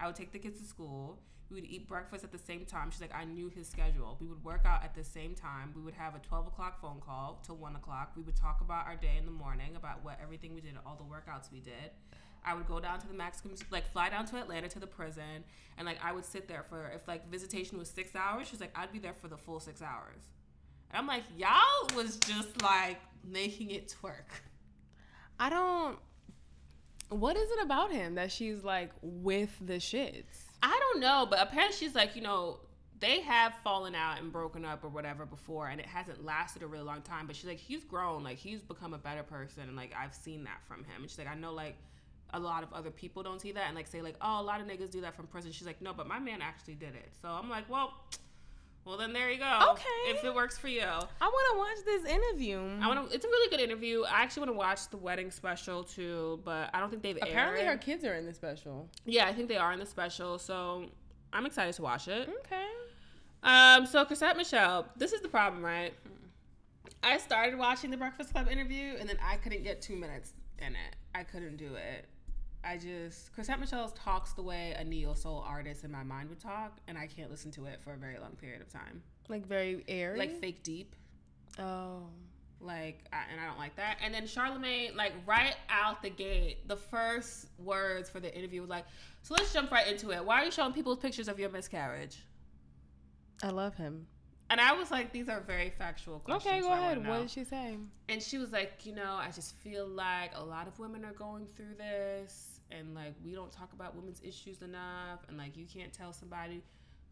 S2: I would take the kids to school. We would eat breakfast at the same time. She's like, I knew his schedule. We would work out at the same time. We would have a 12 o'clock phone call till 1 o'clock. We would talk about our day in the morning, about what everything we did, all the workouts we did. I would go down to the maximum, like fly down to Atlanta to the prison, and like I would sit there for, if like visitation was six hours, she's like, I'd be there for the full six hours. And I'm like, y'all was just like making it twerk.
S1: I don't. What is it about him that she's like with the shits?
S2: I don't know, but apparently she's like, you know, they have fallen out and broken up or whatever before, and it hasn't lasted a really long time. But she's like, he's grown, like he's become a better person, and like I've seen that from him. And she's like, I know like a lot of other people don't see that and like say like, oh, a lot of niggas do that from prison. She's like, no, but my man actually did it. So I'm like, well, well then there you go.
S1: Okay.
S2: if it works for you.
S1: I want to watch this interview.
S2: I want to. It's a really good interview. I actually want to watch the wedding special too, but I don't think they've
S1: Apparently,
S2: aired.
S1: her kids are in the special.
S2: Yeah, I think they are in the special, so I'm excited to watch it.
S1: Okay.
S2: Um, so Chrisette Michelle, this is the problem, right? I started watching the Breakfast Club interview and then I couldn't get two minutes in it. I couldn't do it. I just Chrisette Michelle talks the way a neo soul artist in my mind would talk, and I can't listen to it for a very long period of time.
S1: Like very airy.
S2: Like fake deep.
S1: oh.
S2: Like, I, and I don't like that. And then Charlemagne, like, right out the gate, the first words for the interview was like, "So let's jump right into it. Why are you showing people pictures of your miscarriage?"
S1: I love him.
S2: And I was like, "These are very factual questions."
S1: Okay, go
S2: I wanna
S1: ahead. What
S2: know."
S1: did she say?
S2: and she was like, you know, I just feel like a lot of women are going through this, and like we don't talk about women's issues enough, and like you can't tell somebody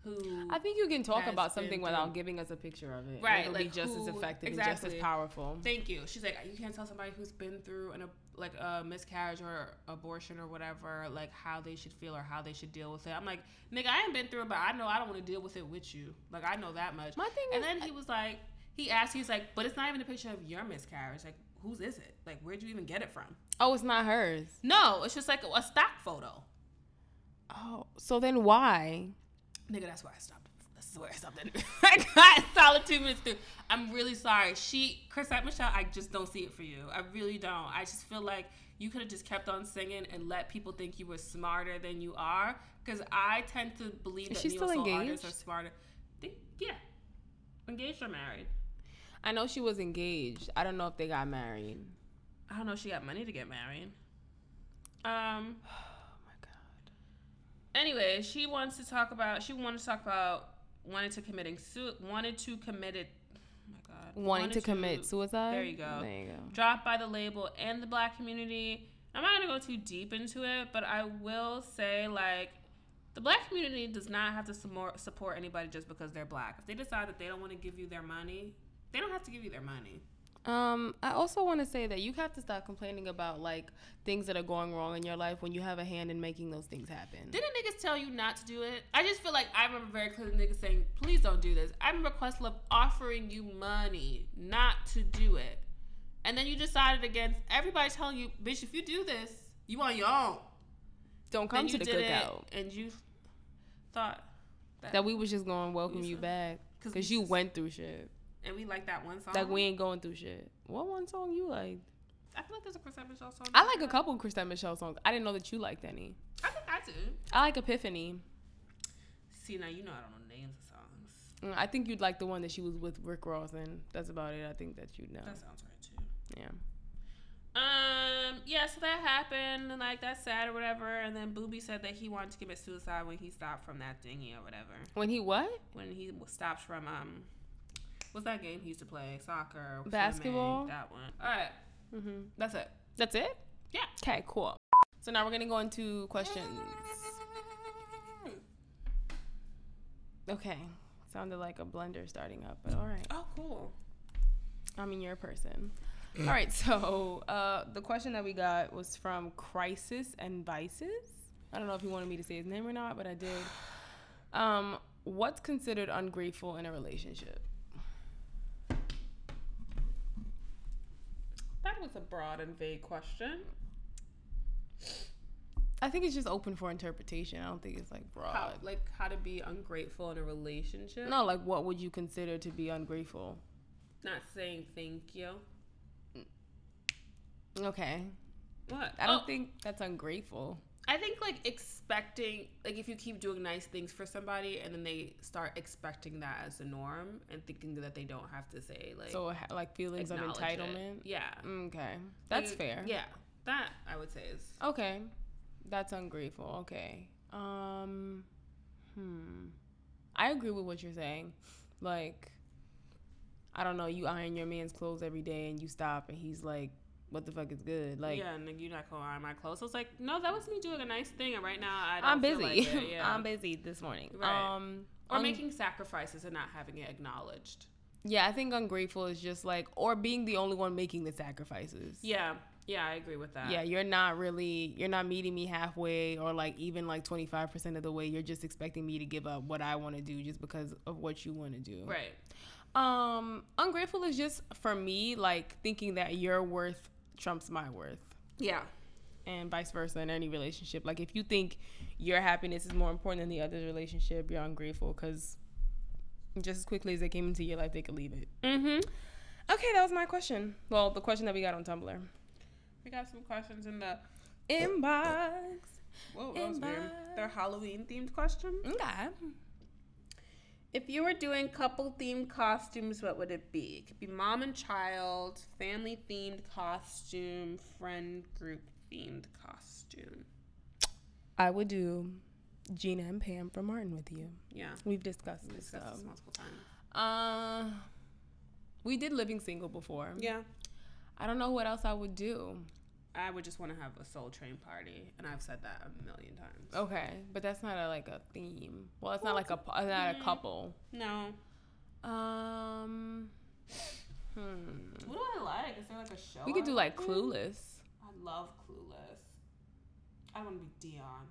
S2: who
S1: I think you can talk
S2: Has
S1: about
S2: been
S1: something
S2: through-
S1: without giving us a picture of it.
S2: Right,
S1: It'll be
S2: like
S1: just as
S2: who-
S1: effective and just
S2: exactly.
S1: as powerful.
S2: Thank you. She's like, you can't tell somebody who's been through an ab- like a miscarriage or abortion or whatever, like how they should feel or how they should deal with it. I'm like, nigga, I ain't been through it, but I know I don't want to deal with it with you. Like I know that much.
S1: My thing
S2: and
S1: is-
S2: then he was like, he asked, he's like, but it's not even a picture of your miscarriage. Like, whose is it? Like, where'd you even get it from?
S1: Oh, it's not hers.
S2: No, it's just like a stock photo.
S1: Oh, so then why?
S2: Nigga, that's where I stopped. I swear something. I got solid two minutes through. I'm really sorry. She, Chrisette Michelle, I just don't see it for you. I really don't. I just feel like you could have just kept on singing and let people think you were smarter than you are. Because I tend to believe
S1: Is
S2: that
S1: she
S2: neo
S1: still
S2: soul artists
S1: engaged?
S2: are smarter. They, yeah, engaged or married.
S1: I know she was engaged. I don't know if they got married.
S2: I don't know. if She got money to get married. Um.
S1: Oh my god.
S2: anyway, she wants to talk about she wanted to talk about wanted to committing su- wanted to commit it. Oh my God,
S1: Wanting to commit suicide.
S2: There you go.
S1: There you go.
S2: Dropped by the label and the black community. I'm not gonna go too deep into it, but I will say like. The black community does not have to sumo- support anybody just because they're black. If they decide that they don't want to give you their money, they don't have to give you their money.
S1: Um, I also want to say that you have to stop complaining about like things that are going wrong in your life when you have a hand in making those things happen.
S2: Didn't niggas tell you not to do it? I just feel like I remember very clearly niggas saying, please don't do this. I remember Questlove offering you money not to do it. And then you decided against everybody telling you, bitch, if you do this, you on your own.
S1: Don't come
S2: and
S1: to
S2: you
S1: the
S2: did it,
S1: cookout.
S2: and you thought,
S1: That we was just going to welcome you
S2: Mhm.
S1: back
S2: 'Cause
S1: because
S2: we
S1: you
S2: just-
S1: went through shit.
S2: and we like that one song.
S1: Like we ain't going through shit. What one song you like?
S2: I feel like there's a Chrisette Michele song.
S1: I like a couple Christine Michelle songs. I didn't know that you liked any.
S2: I think I do.
S1: I like Epiphany.
S2: See, now you know I don't know names of songs.
S1: Mm, I think you'd like the one that she was with Rick Ross in. That's about it. I think that you'd know.
S2: That sounds right too.
S1: yeah.
S2: Um, yeah, so that happened, and like that's sad or whatever. And then Booby said that he wanted to commit suicide when he stopped from that dinghy or whatever.
S1: When he what?
S2: When he w- stopped from um, what's that game he used to play? Soccer, swimming,
S1: Basketball?
S2: that one. All right,
S1: Mm-hmm.
S2: that's it.
S1: That's it?
S2: Yeah.
S1: Okay, cool. So now we're gonna go into questions. Okay. Sounded like a blender starting up, but all right.
S2: Oh, cool.
S1: I mean, you're a person. All right. So uh, the question that we got was from Crisis and Vices. I don't know if you wanted me to say his name or not, but I did. Um, what's considered ungrateful in a relationship?
S2: That was a broad and vague question.
S1: I think it's just open for interpretation. I don't think it's like broad.
S2: How, like how to be ungrateful in a relationship?
S1: Uh. No, like what would you consider to be ungrateful?
S2: Not saying thank you.
S1: Okay.
S2: What?
S1: I don't
S2: Oh,
S1: think that's ungrateful.
S2: I think like expecting like if you keep doing nice things for somebody and then they start expecting that as the norm and thinking that they don't have to say like
S1: So ha- like feelings of
S2: acknowledge it.
S1: entitlement. Mm,
S2: Yeah.
S1: Okay, that's
S2: Like,
S1: fair.
S2: Yeah. That I would say is
S1: Okay, that's ungrateful. Okay. Um, hmm. I agree with what you're saying. Like, I don't know. You iron your man's clothes every day, and you stop, and he's like, "What the fuck is good?" Like,
S2: yeah, and then you're not gonna iron my clothes. I was like, no, that was me doing a nice thing, and right now I don't
S1: I'm
S2: feel
S1: busy.
S2: Like it. Yeah.
S1: I'm busy this morning.
S2: Right.
S1: Um,
S2: or
S1: un-
S2: making sacrifices and not having it acknowledged.
S1: Yeah, I think ungrateful is just like, or being the only one making the sacrifices.
S2: Yeah, yeah, I agree with that.
S1: yeah you're not really you're not meeting me halfway or like even like 25% of the way you're just expecting me to give up what i want to do just because of what you want to do
S2: right.
S1: um ungrateful is just for me like thinking that your worth trumps my worth
S2: Yeah,
S1: and vice versa in any relationship like if you think your happiness is more important than the other's relationship you're ungrateful because just as quickly as they came into your life they could leave it
S2: Mm-hmm.
S1: okay that was my question well the question that we got on tumblr
S2: We got some questions in the.
S1: inbox
S2: Whoa, that was weird.
S1: Inbox.
S2: They're Halloween themed questions.
S1: okay
S2: If you were doing couple themed costumes, what would it be? It could be mom and child, family themed costume, friend group themed costume.
S1: I would do Gina and Pam from Martin with you.
S2: Yeah,
S1: We've discussed
S2: we
S1: this.
S2: discussed this
S1: So.
S2: multiple times.
S1: Uh, we did Living Single before.
S2: Yeah,
S1: I don't know what else I would do.
S2: I would just want to have a Soul Train party, and I've said that a million times.
S1: Okay, but that's not a, like a theme. Well, it's not like a it's not a couple.
S2: No,
S1: Um, hmm. Mm.
S2: what do I like? Is there like a show?
S1: We could
S2: I
S1: do like
S2: do?
S1: Clueless.
S2: I love Clueless. I want to be Dion.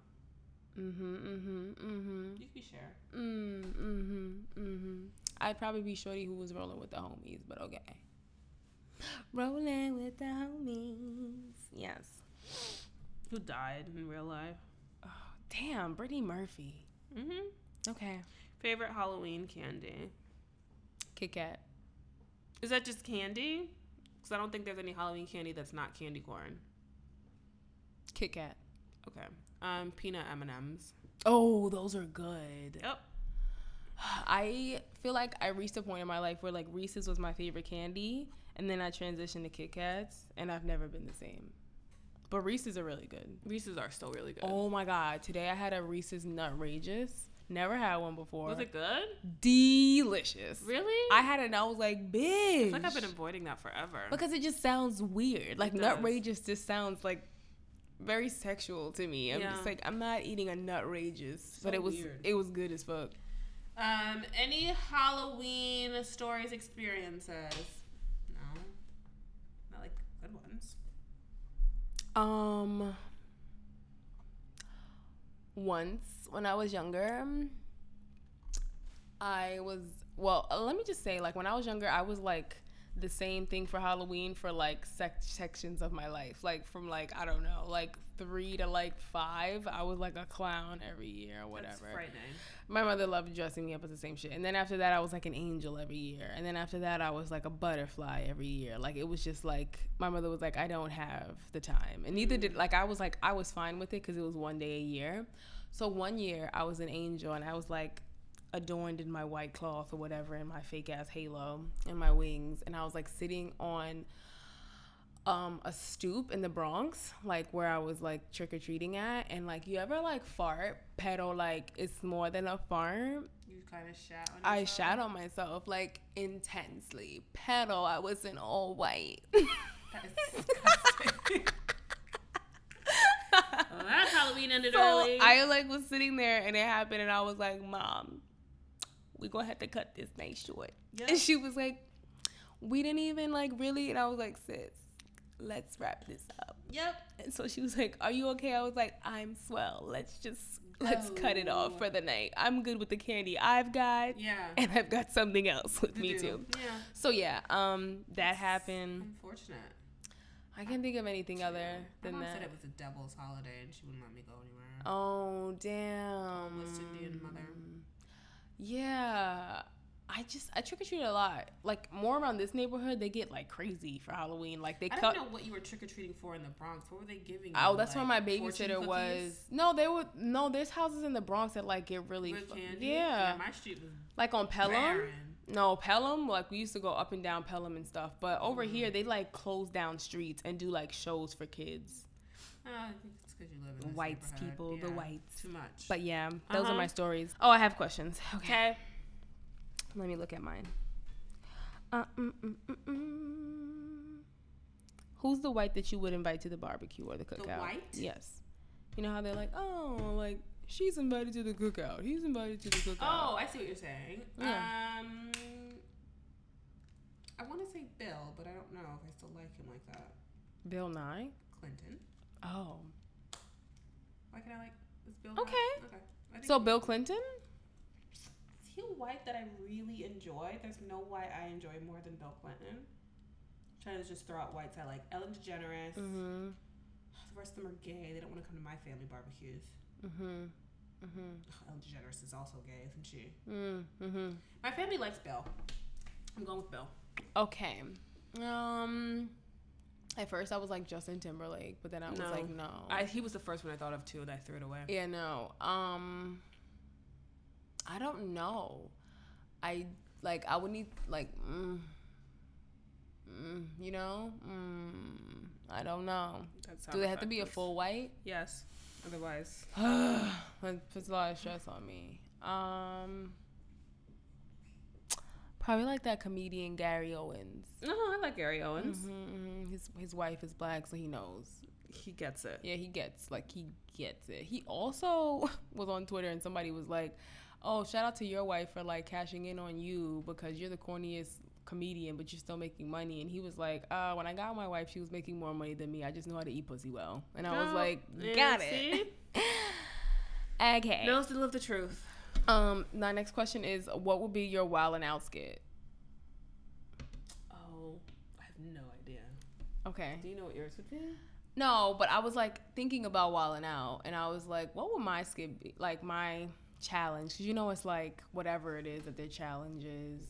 S1: Mm-hmm. Mm-hmm. Mm-hmm.
S2: You could be Cher.
S1: Mm, mm-hmm, mm-hmm. I'd probably be shorty who was rolling with the homies, but okay. Rolling with the homies. Yes.
S2: Who died in real life?
S1: Oh, damn, Brittany Murphy.
S2: Mm-hmm.
S1: Okay.
S2: Favorite Halloween candy?
S1: Kit Kat.
S2: Is that just candy? Because I don't think there's any Halloween candy that's not candy corn.
S1: Kit Kat.
S2: Okay. Um, peanut M and M's.
S1: Oh, those are good.
S2: Yep.
S1: I feel like I reached a point in my life where like Reese's was my favorite candy, and then I transitioned to Kit Kats, and I've never been the same. But Reese's are really good.
S2: Reese's are still really good.
S1: Oh my god! Today I had a Reese's Nutrageous. Never had one before.
S2: Was it good?
S1: delicious.
S2: Really?
S1: I had it and I was like, bitch.
S2: I feel like I've been avoiding that forever.
S1: because it just sounds weird. Like
S2: It does.
S1: nutrageous just sounds like very sexual to me. I'm
S2: Yeah.
S1: just like, I'm not eating a nutrageous, but it was
S2: weird.
S1: it was good as fuck.
S2: Um, any Halloween stories, experiences? No. Not like good ones.
S1: Um, once when I was younger, I was well. uh, Let me just say, like when I was younger, I was like the same thing for Halloween for like sec- sections of my life. Like from like I don't know, like three to like five, I was like a clown every year or
S2: That's
S1: whatever.
S2: frightening.
S1: My mother loved dressing me up as the same shit. And then after that, I was like an angel every year. And then after that, I was like a butterfly every year. Like it was just like my mother was like, I don't have the time, and neither did like I was like I was fine with it because it was one day a year. So one year I was an angel and I was like adorned in my white cloth or whatever and my fake ass halo and my wings and I was like sitting on um a stoop in the Bronx, like where I was like trick or treating at and like you ever like fart pedal like it's more than a fart
S2: You kind of shout. on
S1: I
S2: yourself.
S1: shat on myself like intensely. Pedal, I wasn't all white.
S2: That is disgusting. Well, Oh, that Halloween ended
S1: so
S2: early.
S1: I like was sitting there and it happened and I was like, Mom, we gonna have to cut this night short.
S2: Yeah.
S1: And she was like, We didn't even like really and I was like, sis, let's wrap this up.
S2: yep.
S1: And so she was like, Are you okay? I was like, I'm swell. Let's just let's cut it off
S2: Go.
S1: for the night. I'm good with the candy I've got.
S2: Yeah.
S1: And I've got something else with
S2: To
S1: me
S2: do.
S1: too.
S2: Yeah.
S1: So yeah, um, that happened.
S2: Unfortunate.
S1: I can't think of anything other
S2: My
S1: than
S2: mom
S1: that.
S2: said it was a devil's holiday and she wouldn't let me go anywhere.
S1: oh damn.
S2: West Indian mother.
S1: Yeah, I just I trick or treat a lot. Like more around this neighborhood, they get like crazy for Halloween. Like they
S2: I
S1: cut.
S2: don't know what you were trick or treating for in the Bronx. What were they giving? you,
S1: Oh, that's
S2: like,
S1: where my
S2: fortune
S1: babysitter
S2: cookies
S1: was. No, they were no. There's houses in the Bronx that like get really,
S2: With
S1: fu-
S2: candy.
S1: yeah,
S2: My street was
S1: like on Pelham.
S2: barren.
S1: No, Pelham, like we used to go up and down Pelham and stuff. But over
S2: Mm-hmm.
S1: here, they like close down streets and do like shows for kids.
S2: Oh, I think it's because you live in this
S1: Whites
S2: neighborhood.
S1: people, the
S2: Yeah,
S1: whites.
S2: Too much.
S1: But yeah, those
S2: Uh-huh.
S1: are my stories. Oh, I have questions. Okay.
S2: okay.
S1: Let me look at mine. Uh, mm, mm, mm, mm. Who's the white that you would invite to the barbecue or the cookout?
S2: white?
S1: Yes. You know how they're like, oh, like she's invited to the cookout. He's invited to the cookout.
S2: Oh, I see what you're saying.
S1: Yeah.
S2: Um, I want to say Bill, but I don't know if I still like him like that.
S1: Bill Nye.
S2: Clinton.
S1: Oh.
S2: Why can I like is Bill?
S1: Okay.
S2: Nye? Okay. I think
S1: So Bill Clinton?
S2: is he a white that I really enjoy? There's no white I enjoy more than Bill Clinton. I'm trying to just throw out whites I like. Ellen DeGeneres.
S1: Mm-hmm.
S2: The rest of them are gay. They don't want to come to my family barbecues.
S1: Mm-hmm.
S2: Ugh, Ellen DeGeneres is also gay, isn't she?
S1: Mm-hmm. Mm-hmm.
S2: My family likes Bill. I'm going with Bill.
S1: Okay. Um. At first, I was like Justin Timberlake, but then I was
S2: No.
S1: like, no.
S2: he was the first one I thought of too, and I threw it away.
S1: Yeah, no. Um I don't know. I like I would need like mm, mm, you know? Mm, I don't know.
S2: That's
S1: Do they have to be a full white?
S2: Yes. Otherwise,
S1: that puts a lot of stress on me. Um Probably like that comedian Gary Owens.
S2: no. I like Gary Owens.
S1: hmm His his wife is black, so he knows.
S2: He gets it.
S1: Yeah, he gets like he gets it. He also was on Twitter and somebody was like, "Oh, shout out to your wife for like cashing in on you because you're the corniest comedian, but you're still making money." And he was like, "Uh, when I got my wife, she was making more money than me. I just know how to eat pussy well." And I was
S2: Oh,
S1: like,
S2: yeah,
S1: "Got it." okay.
S2: Knows to live the truth.
S1: Um, my next question is, what would be your wild and out skit?
S2: Oh, I have no idea.
S1: Okay.
S2: Do you know what yours would be?
S1: No, but I was like thinking about wilding out, and I was like, what would my skip be? Like my challenge, because you know it's like whatever it is that their challenge is,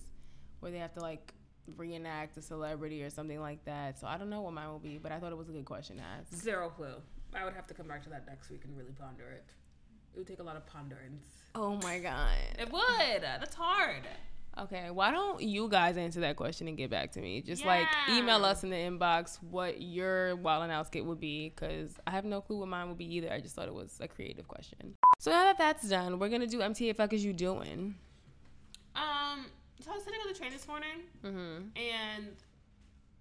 S1: where they have to like reenact a celebrity or something like that. So I don't know what mine will be, but I thought it was a good question to ask.
S2: Zero clue. I would have to come back to that next week and really ponder it. It would take a lot of ponderance.
S1: Oh my god.
S2: It would. That's hard.
S1: Okay, why don't you guys answer that question and get back to me? Just like
S2: Yeah.
S1: email us in the inbox what your wilding out skit would be, because I have no clue what mine would be either. I just thought it was a creative question. So now that that's done, we're gonna do MTFF is you doing.
S2: Um, so I was sitting on the train this morning,
S1: Mm-hmm.
S2: and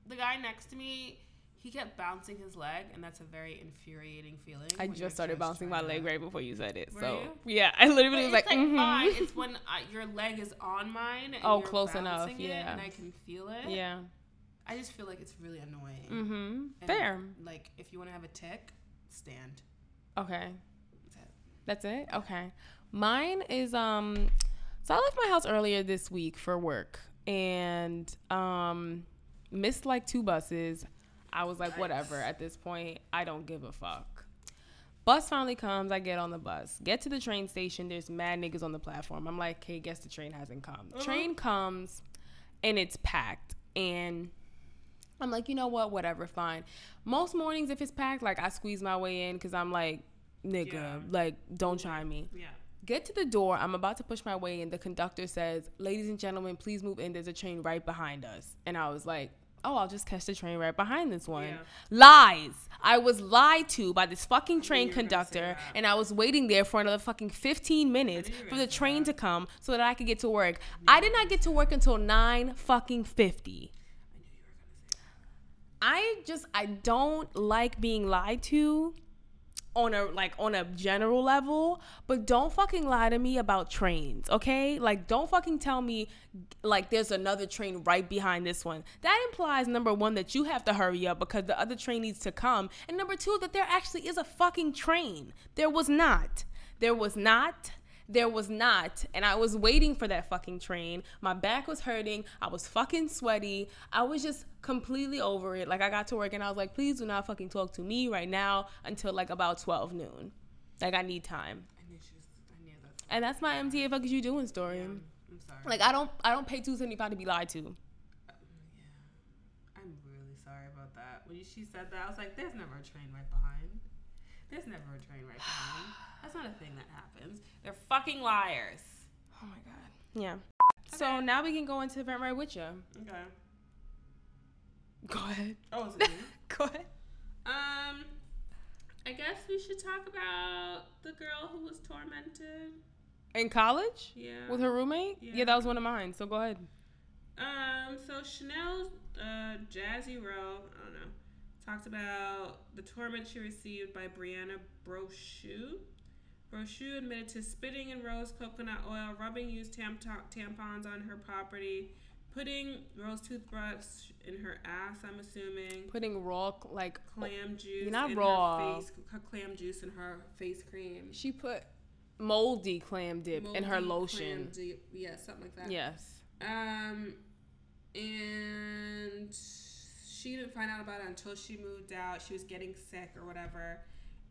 S2: the guy next to me, he kept bouncing his leg, and that's a very infuriating feeling.
S1: I
S2: when you're
S1: just started bouncing my
S2: trying to-
S1: leg right before you said it.
S2: Were
S1: so
S2: you?
S1: yeah, I
S2: But
S1: literally
S2: it's
S1: was like,
S2: like,
S1: mhm.
S2: fine. It's when I, your leg is on mine. And
S1: Oh,
S2: you're
S1: close enough,
S2: bouncing it,
S1: yeah.
S2: and I can feel it.
S1: yeah.
S2: I just feel like it's really annoying.
S1: Mm-hmm.
S2: And,
S1: Fair.
S2: Like if you want to have a tick, stand.
S1: Okay.
S2: That's it.
S1: That's it. Okay. Mine is um. So I left my house earlier this week for work and um missed like two buses. I was like, whatever. At this point, I don't give a fuck. Bus finally comes. I get on the bus. Get to the train station. There's mad niggas on the platform. I'm like, okay, guess the train hasn't come. Train comes, and it's packed. And I'm like, you know what? Whatever, fine. Most mornings, if it's packed, like I squeeze my way in because I'm like, nigga,
S2: Yeah.
S1: like, don't try me.
S2: Yeah.
S1: Get to the door. I'm about to push my way in. The conductor says, Ladies and gentlemen, please move in. There's a train right behind us. And I was like, Oh, I'll just catch the train right behind this one.
S2: Yeah.
S1: Lies. I was lied to by this fucking train
S2: you were gonna say
S1: conductor,
S2: that.
S1: and I was waiting there for another fucking 15 minutes
S2: you were
S1: for
S2: gonna
S1: the train to come so that I could get to work. I did not get to work until 9 fucking 50. I just I don't like being lied to on a like on a general level, but don't fucking lie to me about trains, okay? Like don't fucking tell me like there's another train right behind this one. That implies number 1 that you have to hurry up because the other train needs to come, and number 2 that there actually is a fucking train. There was not. There was not. There was not. And I was waiting for that fucking train. My back was hurting. I was fucking sweaty. I was just completely over it. Like, I got to work and I was like, please do not fucking talk to me right now until like about 12 noon. Like, I need time.
S2: I knew she was. I knew that's.
S1: And that's my MTA fuck is you doing story.
S2: I'm, I'm sorry.
S1: Like, I don't, I don't pay too anybody to be lied to.
S2: I'm really sorry about that. When she said that, I was like, "There's never a train right behind. There's never a train right behind. That's not a thing that happens. They're fucking liars."
S1: Oh my God. Yeah. So now we can go into Vent Right With You.
S2: Okay.
S1: Go ahead.
S2: Oh, is it me?
S1: go ahead.
S2: um, I guess we should talk about the girl who was tormented.
S1: In college?
S2: Yeah.
S1: With her roommate?
S2: Yeah.
S1: yeah, that was one of mine. So go ahead.
S2: Um, so Chanel uh, Jazzy Rowe, I don't know, talked about the torment she received by Brianna Brochu. Brochu admitted to spitting in Rose coconut oil, rubbing used tam- tampons on her property, putting Rose toothbrush in her ass, I'm assuming,
S1: putting raw like
S2: clam juice
S1: not
S2: in
S1: raw.
S2: her face, her clam juice in her face cream.
S1: she put moldy clam dip in her
S2: Moldy
S1: lotion.
S2: clam dip- yeah, something like that.
S1: Yes.
S2: Um, and she didn't find out about it until she moved out. She was getting sick or whatever,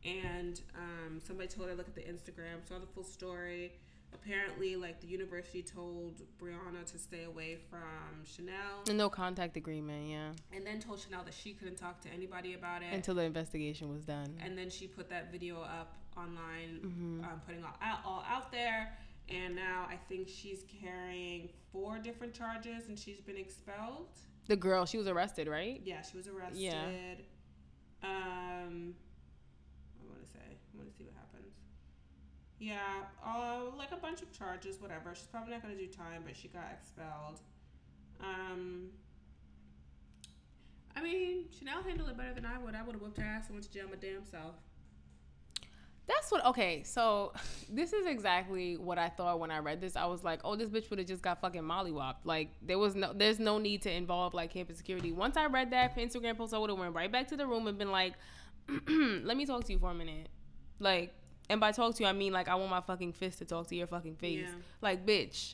S2: and um, somebody told her look at the Instagram, saw the full story. Apparently, like the university told Brianna to stay away from Chanel,
S1: And no contact agreement, yeah.
S2: and then told Chanel that she couldn't talk to anybody about it.
S1: Until the investigation was done.
S2: and then she put that video up online, um, putting all out, all out there. And now I think she's carrying four different charges, and she's been expelled.
S1: The girl, she was arrested, right?
S2: Yeah, she was arrested. Um, I want to say, I want to see what happens. Yeah, uh, like a bunch of charges, whatever. She's probably not going to do time, but she got expelled. Um, I mean, Chanel handled it better than I would. I would have whooped her ass and went to jail my damn self.
S1: That's what okay, so this is exactly what I thought when I read this. I was like, Oh, this bitch would have just got fucking mollywopped. Like there was no there's no need to involve like campus security. Once I read that Instagram post, I would have went right back to the room and been like, let me talk to you for a minute. Like and by talk to you I mean like I want my fucking fist to talk to your fucking face.
S2: Yeah.
S1: Like, bitch.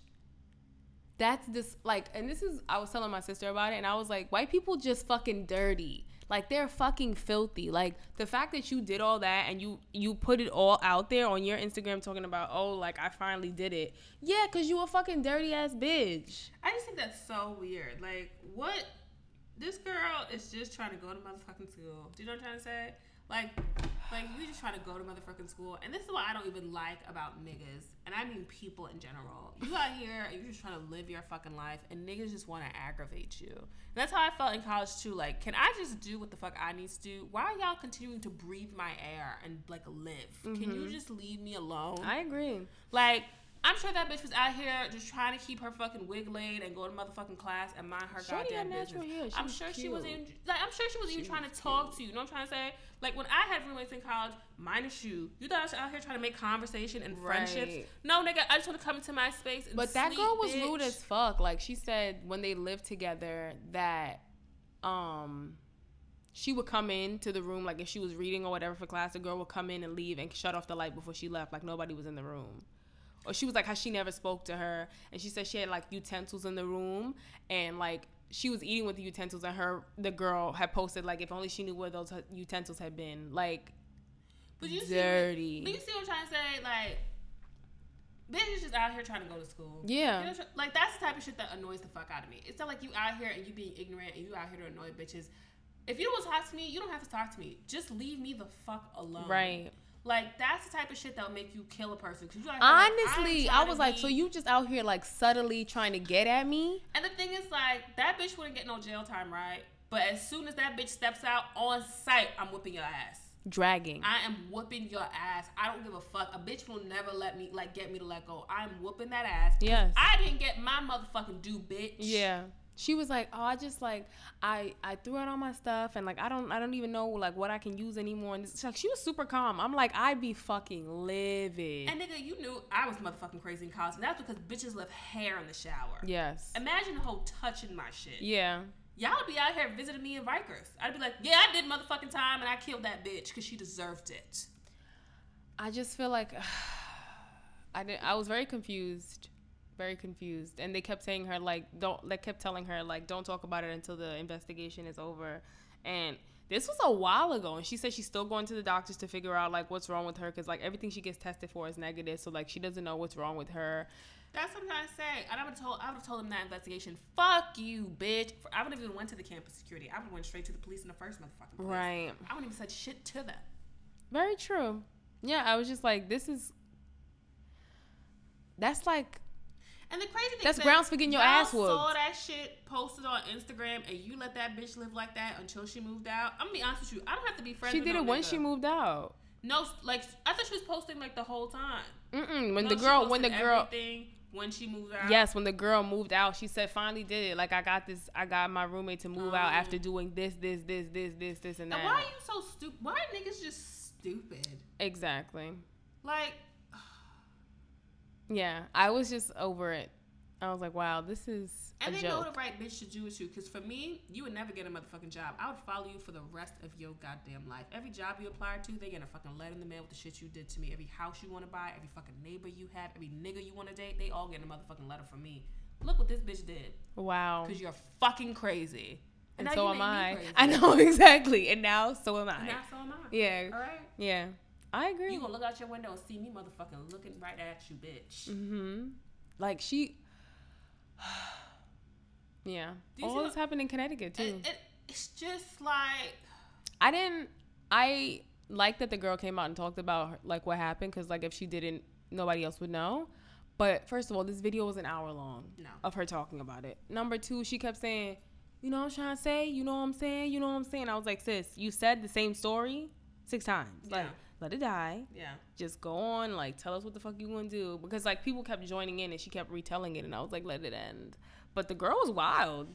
S1: That's this like and this is I was telling my sister about it and I was like, white people just fucking dirty. Like they're fucking filthy. Like the fact that you did all that and you you put it all out there on your Instagram talking about, "Oh, like I finally did it." Yeah, cuz you a fucking dirty ass bitch.
S2: I just think that's so weird. Like, what? This girl is just trying to go to motherfucking school. Do you know what I'm trying to say? Like, like you just trying to go to motherfucking school. And this is what I don't even like about niggas, and I mean people in general. You out here and you're just trying to live your fucking life, and niggas just want to aggravate you. And that's how I felt in college too. Like, can I just do what the fuck I need to do? Why are y'all continuing to breathe my air and like live? Can you just leave me alone?
S1: I agree.
S2: Like, I'm sure that bitch was out here just trying to keep her fucking wig laid and go to motherfucking class and mind her
S1: Shorty
S2: goddamn
S1: had natural
S2: business.
S1: hair. She
S2: I'm
S1: was
S2: sure she wasn't
S1: cute.
S2: even like I'm sure she wasn't even trying to talk to you. You know what I'm trying to say? Like when I had roommates in college, minus you, you thought I was out here trying to make conversation and
S1: Right.
S2: friendships. No, nigga, I just want to come into my space. And
S1: But that
S2: sleep,
S1: girl was
S2: bitch.
S1: rude as fuck. Like she said when they lived together that um she would come in to the room like if she was reading or whatever for class, the girl would come in and leave and shut off the light before she left, like nobody was in the room. Or she was like how she never spoke to her and she said she had like utensils in the room and like she was eating with the utensils and her the girl had posted like if only she knew where those utensils had been. Like
S2: But you see-
S1: dirty.
S2: but you see what I'm trying to say? Like, bitch is just out here trying to go to school.
S1: Yeah.
S2: You know, tr- like that's the type of shit that annoys the fuck out of me. It's not like you out here and you being ignorant and you out here to annoy bitches. If you don't want to talk to me, you don't have to talk to me. Just leave me the fuck alone.
S1: Right.
S2: Like that's the type of shit that would make you kill a person. 'cause you're like, I'm
S1: Honestly,
S2: trying
S1: I
S2: to
S1: was like, so
S2: be-
S1: you just out here like subtly trying to get at me?
S2: And the thing is, like that bitch wouldn't get no jail time, right? But as soon as that bitch steps out on site, I'm whipping your ass.
S1: Dragging.
S2: I am whooping your ass. I don't give a fuck. A bitch will never let me like get me to let go. I'm whooping that ass.
S1: Yes.
S2: I didn't get my motherfucking due, bitch.
S1: Yeah. She was like, "Oh, I just like I I threw out all my stuff and like I don't I don't even know like what I can use anymore." And it's like she was super calm. I'm like, I'd be fucking livid.
S2: And nigga, you knew I was motherfucking crazy in college, and that's because bitches left hair in the shower.
S1: yes.
S2: Imagine the whole touching my shit.
S1: yeah.
S2: Y'all be out here visiting me in Vikers. I'd be like, yeah, I did motherfucking time, and I killed that bitch because she deserved it.
S1: I just feel like I did I was very confused. Very confused. And they kept saying her like don't they kept telling her like don't talk about it until the investigation is over. And this was a while ago and she said she's still going to the doctors to figure out like what's wrong with her cuz like everything she gets tested for is negative so like she doesn't know what's wrong with her.
S2: That's what I'm trying to say. And I would have told, I would have told them that investigation. Fuck you, bitch. I would have even went to the campus security. I would have went straight to the police in the first motherfucking place.
S1: Right.
S2: I wouldn't even said shit to them.
S1: Very true. Yeah, I was just like this is That's like
S2: And the crazy thing
S1: That's
S2: is
S1: grounds for getting your
S2: y'all
S1: ass
S2: Saw
S1: whooped.
S2: that shit posted on Instagram, and you let that bitch live like that until she moved out. I'm gonna be honest with you. I don't have to be friends.
S1: she
S2: with
S1: did
S2: no
S1: it when
S2: nigga.
S1: she moved out.
S2: No, like I thought she was posting like the whole time.
S1: Mm-mm, when
S2: No,
S1: the
S2: she
S1: girl when the
S2: posted
S1: girl
S2: everything when she moved out.
S1: Yes, when the girl moved out, she said finally did it. Like I got this, I got my roommate to move out after doing this, this, this, this, this, this, and
S2: Mm.
S1: that.
S2: And why are you so stupid? Why are niggas just stupid?
S1: Exactly.
S2: Like
S1: Yeah, I was just over it. I was like, wow, this is
S2: And
S1: a
S2: they know
S1: joke.
S2: the right bitch to do with you. Because for me, you would never get a motherfucking job. I would follow you for the rest of your goddamn life. Every job you apply to, they get a fucking letter in the mail with the shit you did to me. Every house you want to buy, every fucking neighbor you have, every nigga you want to date, they all get a motherfucking letter from me. Look what this bitch did.
S1: wow.
S2: Because you're fucking crazy.
S1: And,
S2: now
S1: so
S2: you
S1: am
S2: made me
S1: I.
S2: crazy.
S1: I know exactly. And now so am
S2: And
S1: I.
S2: now so am I.
S1: Yeah.
S2: All right?
S1: Yeah. I agree.
S2: You gonna look out your window and see me motherfucking looking right at you, bitch.
S1: hmm Like she. yeah.
S2: Do you see
S1: All
S2: what-
S1: this happened in Connecticut too.
S2: It, it, it's just like,
S1: I didn't. I like that the girl came out and talked about like what happened because like if she didn't, nobody else would know. But first of all, this video was an hour long
S2: No.
S1: of her talking about it. Number two, she kept saying, "You know what I'm trying to say? You know what I'm saying? You know what I'm saying?" I was like, "Sis, you said the same story six times. Like,
S2: Yeah.
S1: let it die.
S2: yeah.
S1: Just go on. Like, tell us what the fuck you gonna do." Because like people kept joining in and she kept retelling it, and I was like, "Let it end." But the girl was wild.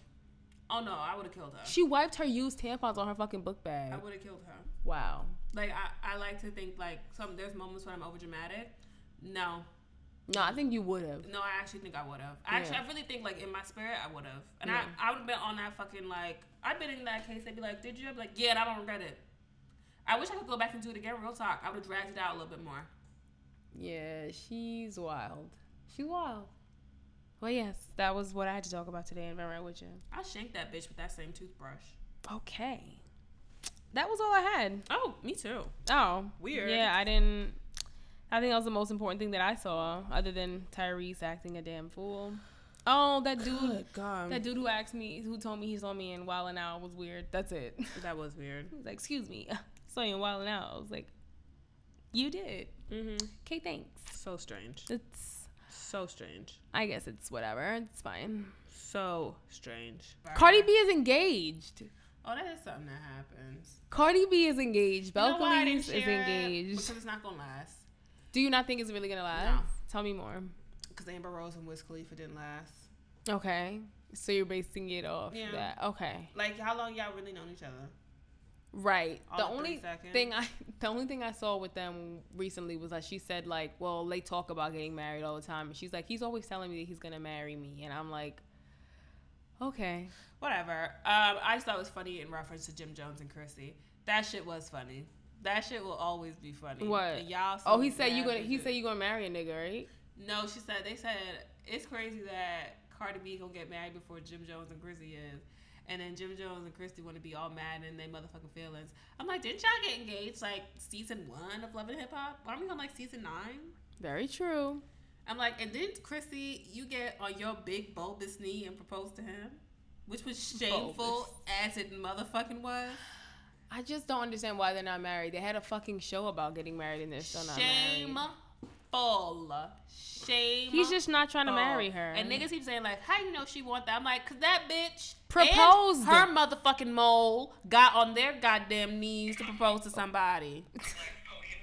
S2: Oh no, I would have killed her.
S1: She wiped her used tampons on her fucking book
S2: I
S1: bag.
S2: would have killed her.
S1: Wow.
S2: Like I, I like to think like some there's moments when I'm over dramatic. No,
S1: No, I think you would have.
S2: no, I actually think I would have. I Actually, I really think like in my spirit I would have, and
S1: Yeah.
S2: I I would have been on that fucking like I've been in that case. They'd be like, "Did you?" I'd be like, "Yeah, and I don't regret it." I wish I could go back and do it again. Real talk, I would have dragged it out a little bit more.
S1: Yeah, she's wild. She's wild. Well, yes, that was what I had to talk about today in Red Right With You.
S2: I shanked that bitch with that same toothbrush.
S1: Okay. That was all I had.
S2: Oh, me too.
S1: Oh.
S2: Weird.
S1: Yeah, I didn't. I think that was the most important thing that I saw, other than Tyrese acting a damn fool. Oh, that dude.
S2: God,
S1: That dude who asked me, who told me he saw me in Wild and Out was weird. That's it. He
S2: that was weird.
S1: was like, excuse me, saw you in Wild and Out. I was like, you did.
S2: Mm-hmm.
S1: Okay, thanks.
S2: So strange.
S1: It's,
S2: So strange.
S1: I guess it's whatever. It's fine.
S2: So strange.
S1: Cardi B is engaged.
S2: Oh, that is something that happens.
S1: Cardi B is engaged.
S2: You know why I
S1: Belcalis
S2: didn't
S1: is
S2: share it?
S1: engaged.
S2: Because it's not gonna last.
S1: Do you not think it's really gonna last?
S2: No.
S1: Tell me more.
S2: Because Amber Rose and Wiz Khalifa didn't last.
S1: Okay. So you're basing it off
S2: Yeah.
S1: that. Okay.
S2: Like how long y'all really known each other?
S1: Right. the
S2: All in three
S1: only
S2: seconds.
S1: thing I the only thing I saw with them recently was that she said like, well, they talk about getting married all the time. And she's like, he's always telling me that he's gonna marry me. And I'm like, okay.
S2: Whatever. Um, I just thought it was funny in reference to Jim Jones and Chrissy. That shit was funny. That shit will always be funny.
S1: What?
S2: And y'all
S1: Oh,
S2: so
S1: he said you
S2: mad
S1: gonna he
S2: bitches.
S1: said you gonna marry a nigga, right?
S2: No, she said they said it's crazy that Cardi B gonna get married before Jim Jones and Chrissy is. And then Jim Jones and Christy want to be all mad and they motherfucking feelings. I'm like, didn't y'all get engaged like season one of Love and Hip Hop? Why are we on like season nine?
S1: Very true.
S2: I'm like, and didn't Chrissy, you get on your big bulbous knee and propose to him? Which was shameful as it motherfucking was.
S1: I just don't understand why they're not married. They had a fucking show about getting married and they're still not married.
S2: Shameful. Shame.
S1: He's just not trying to
S2: Oh.
S1: marry her.
S2: And niggas keep saying like, "How you know she want that?" I'm like, "Cause that bitch
S1: Proposed.
S2: and Her motherfucking mole got on their goddamn knees to propose to somebody.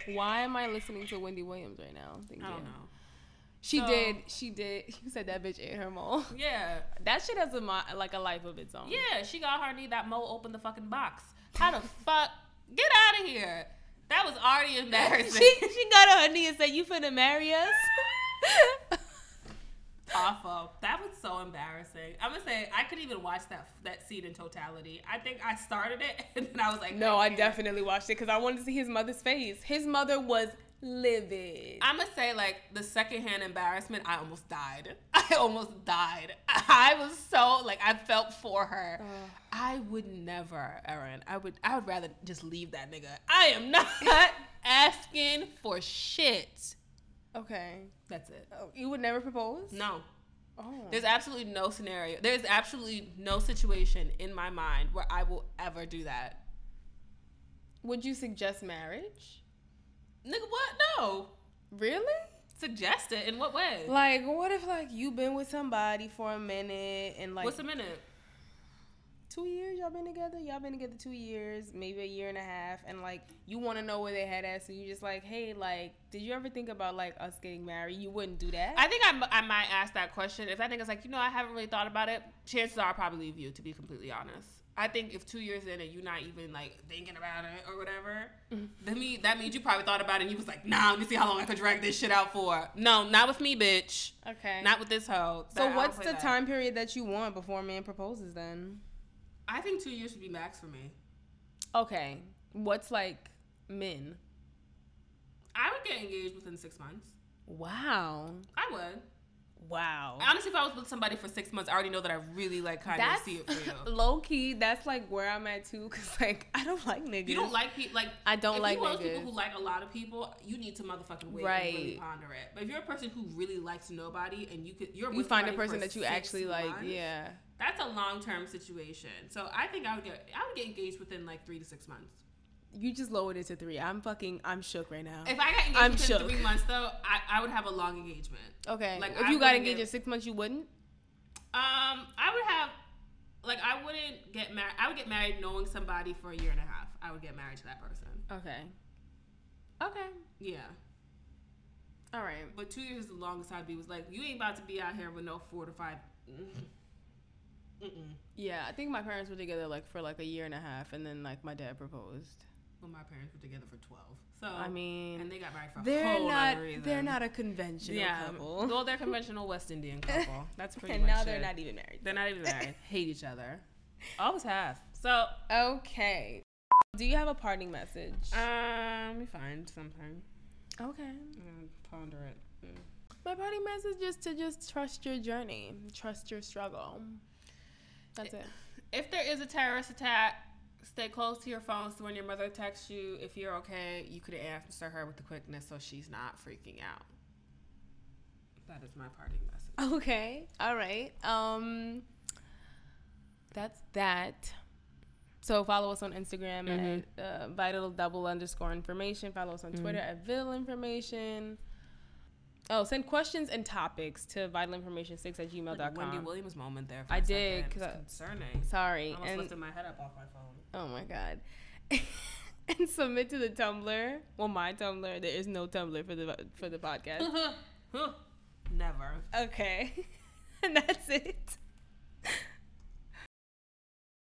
S1: why am I listening to Wendy Williams right now? Thank
S2: I
S1: you.
S2: don't know.
S1: She
S2: So-
S1: did. She did. You said that bitch ate her mole.
S2: Yeah,
S1: That shit has a mo- like a life of its own.
S2: yeah. She got her knee. That mole opened the fucking box. How the fuck? Get out of here. That was already embarrassing.
S1: She she got on her knee and said, "You finna marry us."
S2: awful. That was so embarrassing. I'm gonna say I couldn't even watch that that scene in totality. I think I started it and then I was like,
S1: no, I
S2: can't.
S1: definitely watched it because I wanted to see his mother's face. His mother was livid.
S2: I'm gonna say like the secondhand embarrassment. I almost died. I almost died. I was so like I felt for her. I would never, Erin. I would. I would rather just leave that nigga. I am not asking for shit.
S1: okay,
S2: That's it.
S1: oh, you would never propose.
S2: No.
S1: Oh.
S2: There's absolutely no scenario. There's absolutely no situation in my mind where I will ever do that.
S1: Would you suggest marriage?
S2: Nigga, what? No.
S1: Really?
S2: Suggest it. In what way?
S1: Like, what if like you've been with somebody for a minute and like
S2: What's a minute?
S1: two years y'all been together y'all been together two years maybe a year and a half and like you want to know where they head at so you just like hey like did you ever think about like us getting married you wouldn't do that
S2: I think I, m- I might ask that question. If I think it's like, you know, I haven't really thought about it, chances are I'll probably leave you, to be completely honest. I think if two years in and you're not even like thinking about it or whatever,
S1: Mm-hmm.
S2: that, mean, that means you probably thought about it and you was like, nah, let me see how long I could drag this shit out for. No, not with me, bitch.
S1: okay
S2: Not with this hoe. That- I
S1: so
S2: don't
S1: what's
S2: play
S1: the
S2: that.
S1: time period that you want before a man proposes then
S2: I think two years should be max for me.
S1: okay what's like men
S2: I would get engaged within six months.
S1: wow
S2: I would.
S1: wow
S2: Honestly, if I was with somebody for six months, I already know that I really like kind
S1: that's
S2: of see it for you.
S1: low key that's like where i'm at too because like i don't like niggas
S2: You don't like people like
S1: I don't
S2: if
S1: like
S2: you one of those
S1: niggas.
S2: people who like a lot of people. You need to motherfucking wait and really
S1: Right.
S2: ponder it. But if you're a person who really likes nobody and you could you're
S1: you
S2: with
S1: find a
S2: somebody
S1: person
S2: for
S1: that you
S2: six
S1: actually like
S2: months,
S1: yeah
S2: that's a long term situation. So I think I would get I would get engaged within like three to six months.
S1: you just lowered it to three i'm fucking i'm shook right now
S2: If I got engaged
S1: I'm
S2: within
S1: shook.
S2: three months though, I, I would have a long engagement.
S1: Okay.
S2: Like,
S1: if
S2: I
S1: you got
S2: wouldn't
S1: engaged
S2: get-
S1: in six months, you wouldn't.
S2: Um, I would have like I wouldn't get married. I would get married knowing somebody for a year and a half. I would get married to that person.
S1: Okay. Okay.
S2: Yeah.
S1: All right.
S2: But two years is the longest I'd be. Was like, you ain't about to be out here with no four to five. Mm-mm.
S1: Yeah, I think my parents were together like for like a year and a half, and then like my dad proposed.
S2: Well, my parents were together for twelve. So
S1: I mean,
S2: and they got married for a
S1: they're
S2: whole
S1: not
S2: other reason.
S1: they're not a conventional
S2: yeah.
S1: couple.
S2: Well, they're conventional West Indian couple. That's pretty
S1: and
S2: much
S1: now they're
S2: it.
S1: not even married.
S2: They're not even married. Hate each other. Always have. So
S1: Oh. Okay. Do you have a parting message?
S2: um, we find something
S1: okay.
S2: and ponder it. Mm.
S1: My parting message is to just trust your journey, trust your struggle. That's it.
S2: If there is a terrorist attack, stay close to your phone so when your mother texts you, if you're okay, you could answer her with the quickness so she's not freaking out. That is my parting message.
S1: Okay. All right. Um that's that. So follow us on Instagram at uh, vital double underscore information. Follow us on Twitter at vital information. Oh, send questions and topics to vitalinformation6 at gmail.com.
S2: Wendy Williams moment there. For
S1: I
S2: a
S1: did,
S2: second.
S1: 'cause
S2: It's
S1: I-
S2: concerning. I
S1: Sorry.
S2: almost
S1: And,
S2: lifted my head up off my phone.
S1: oh my God. and submit to the Tumblr. Well, my Tumblr. There is no Tumblr for the for the podcast.
S2: Huh. Never.
S1: okay. and that's it.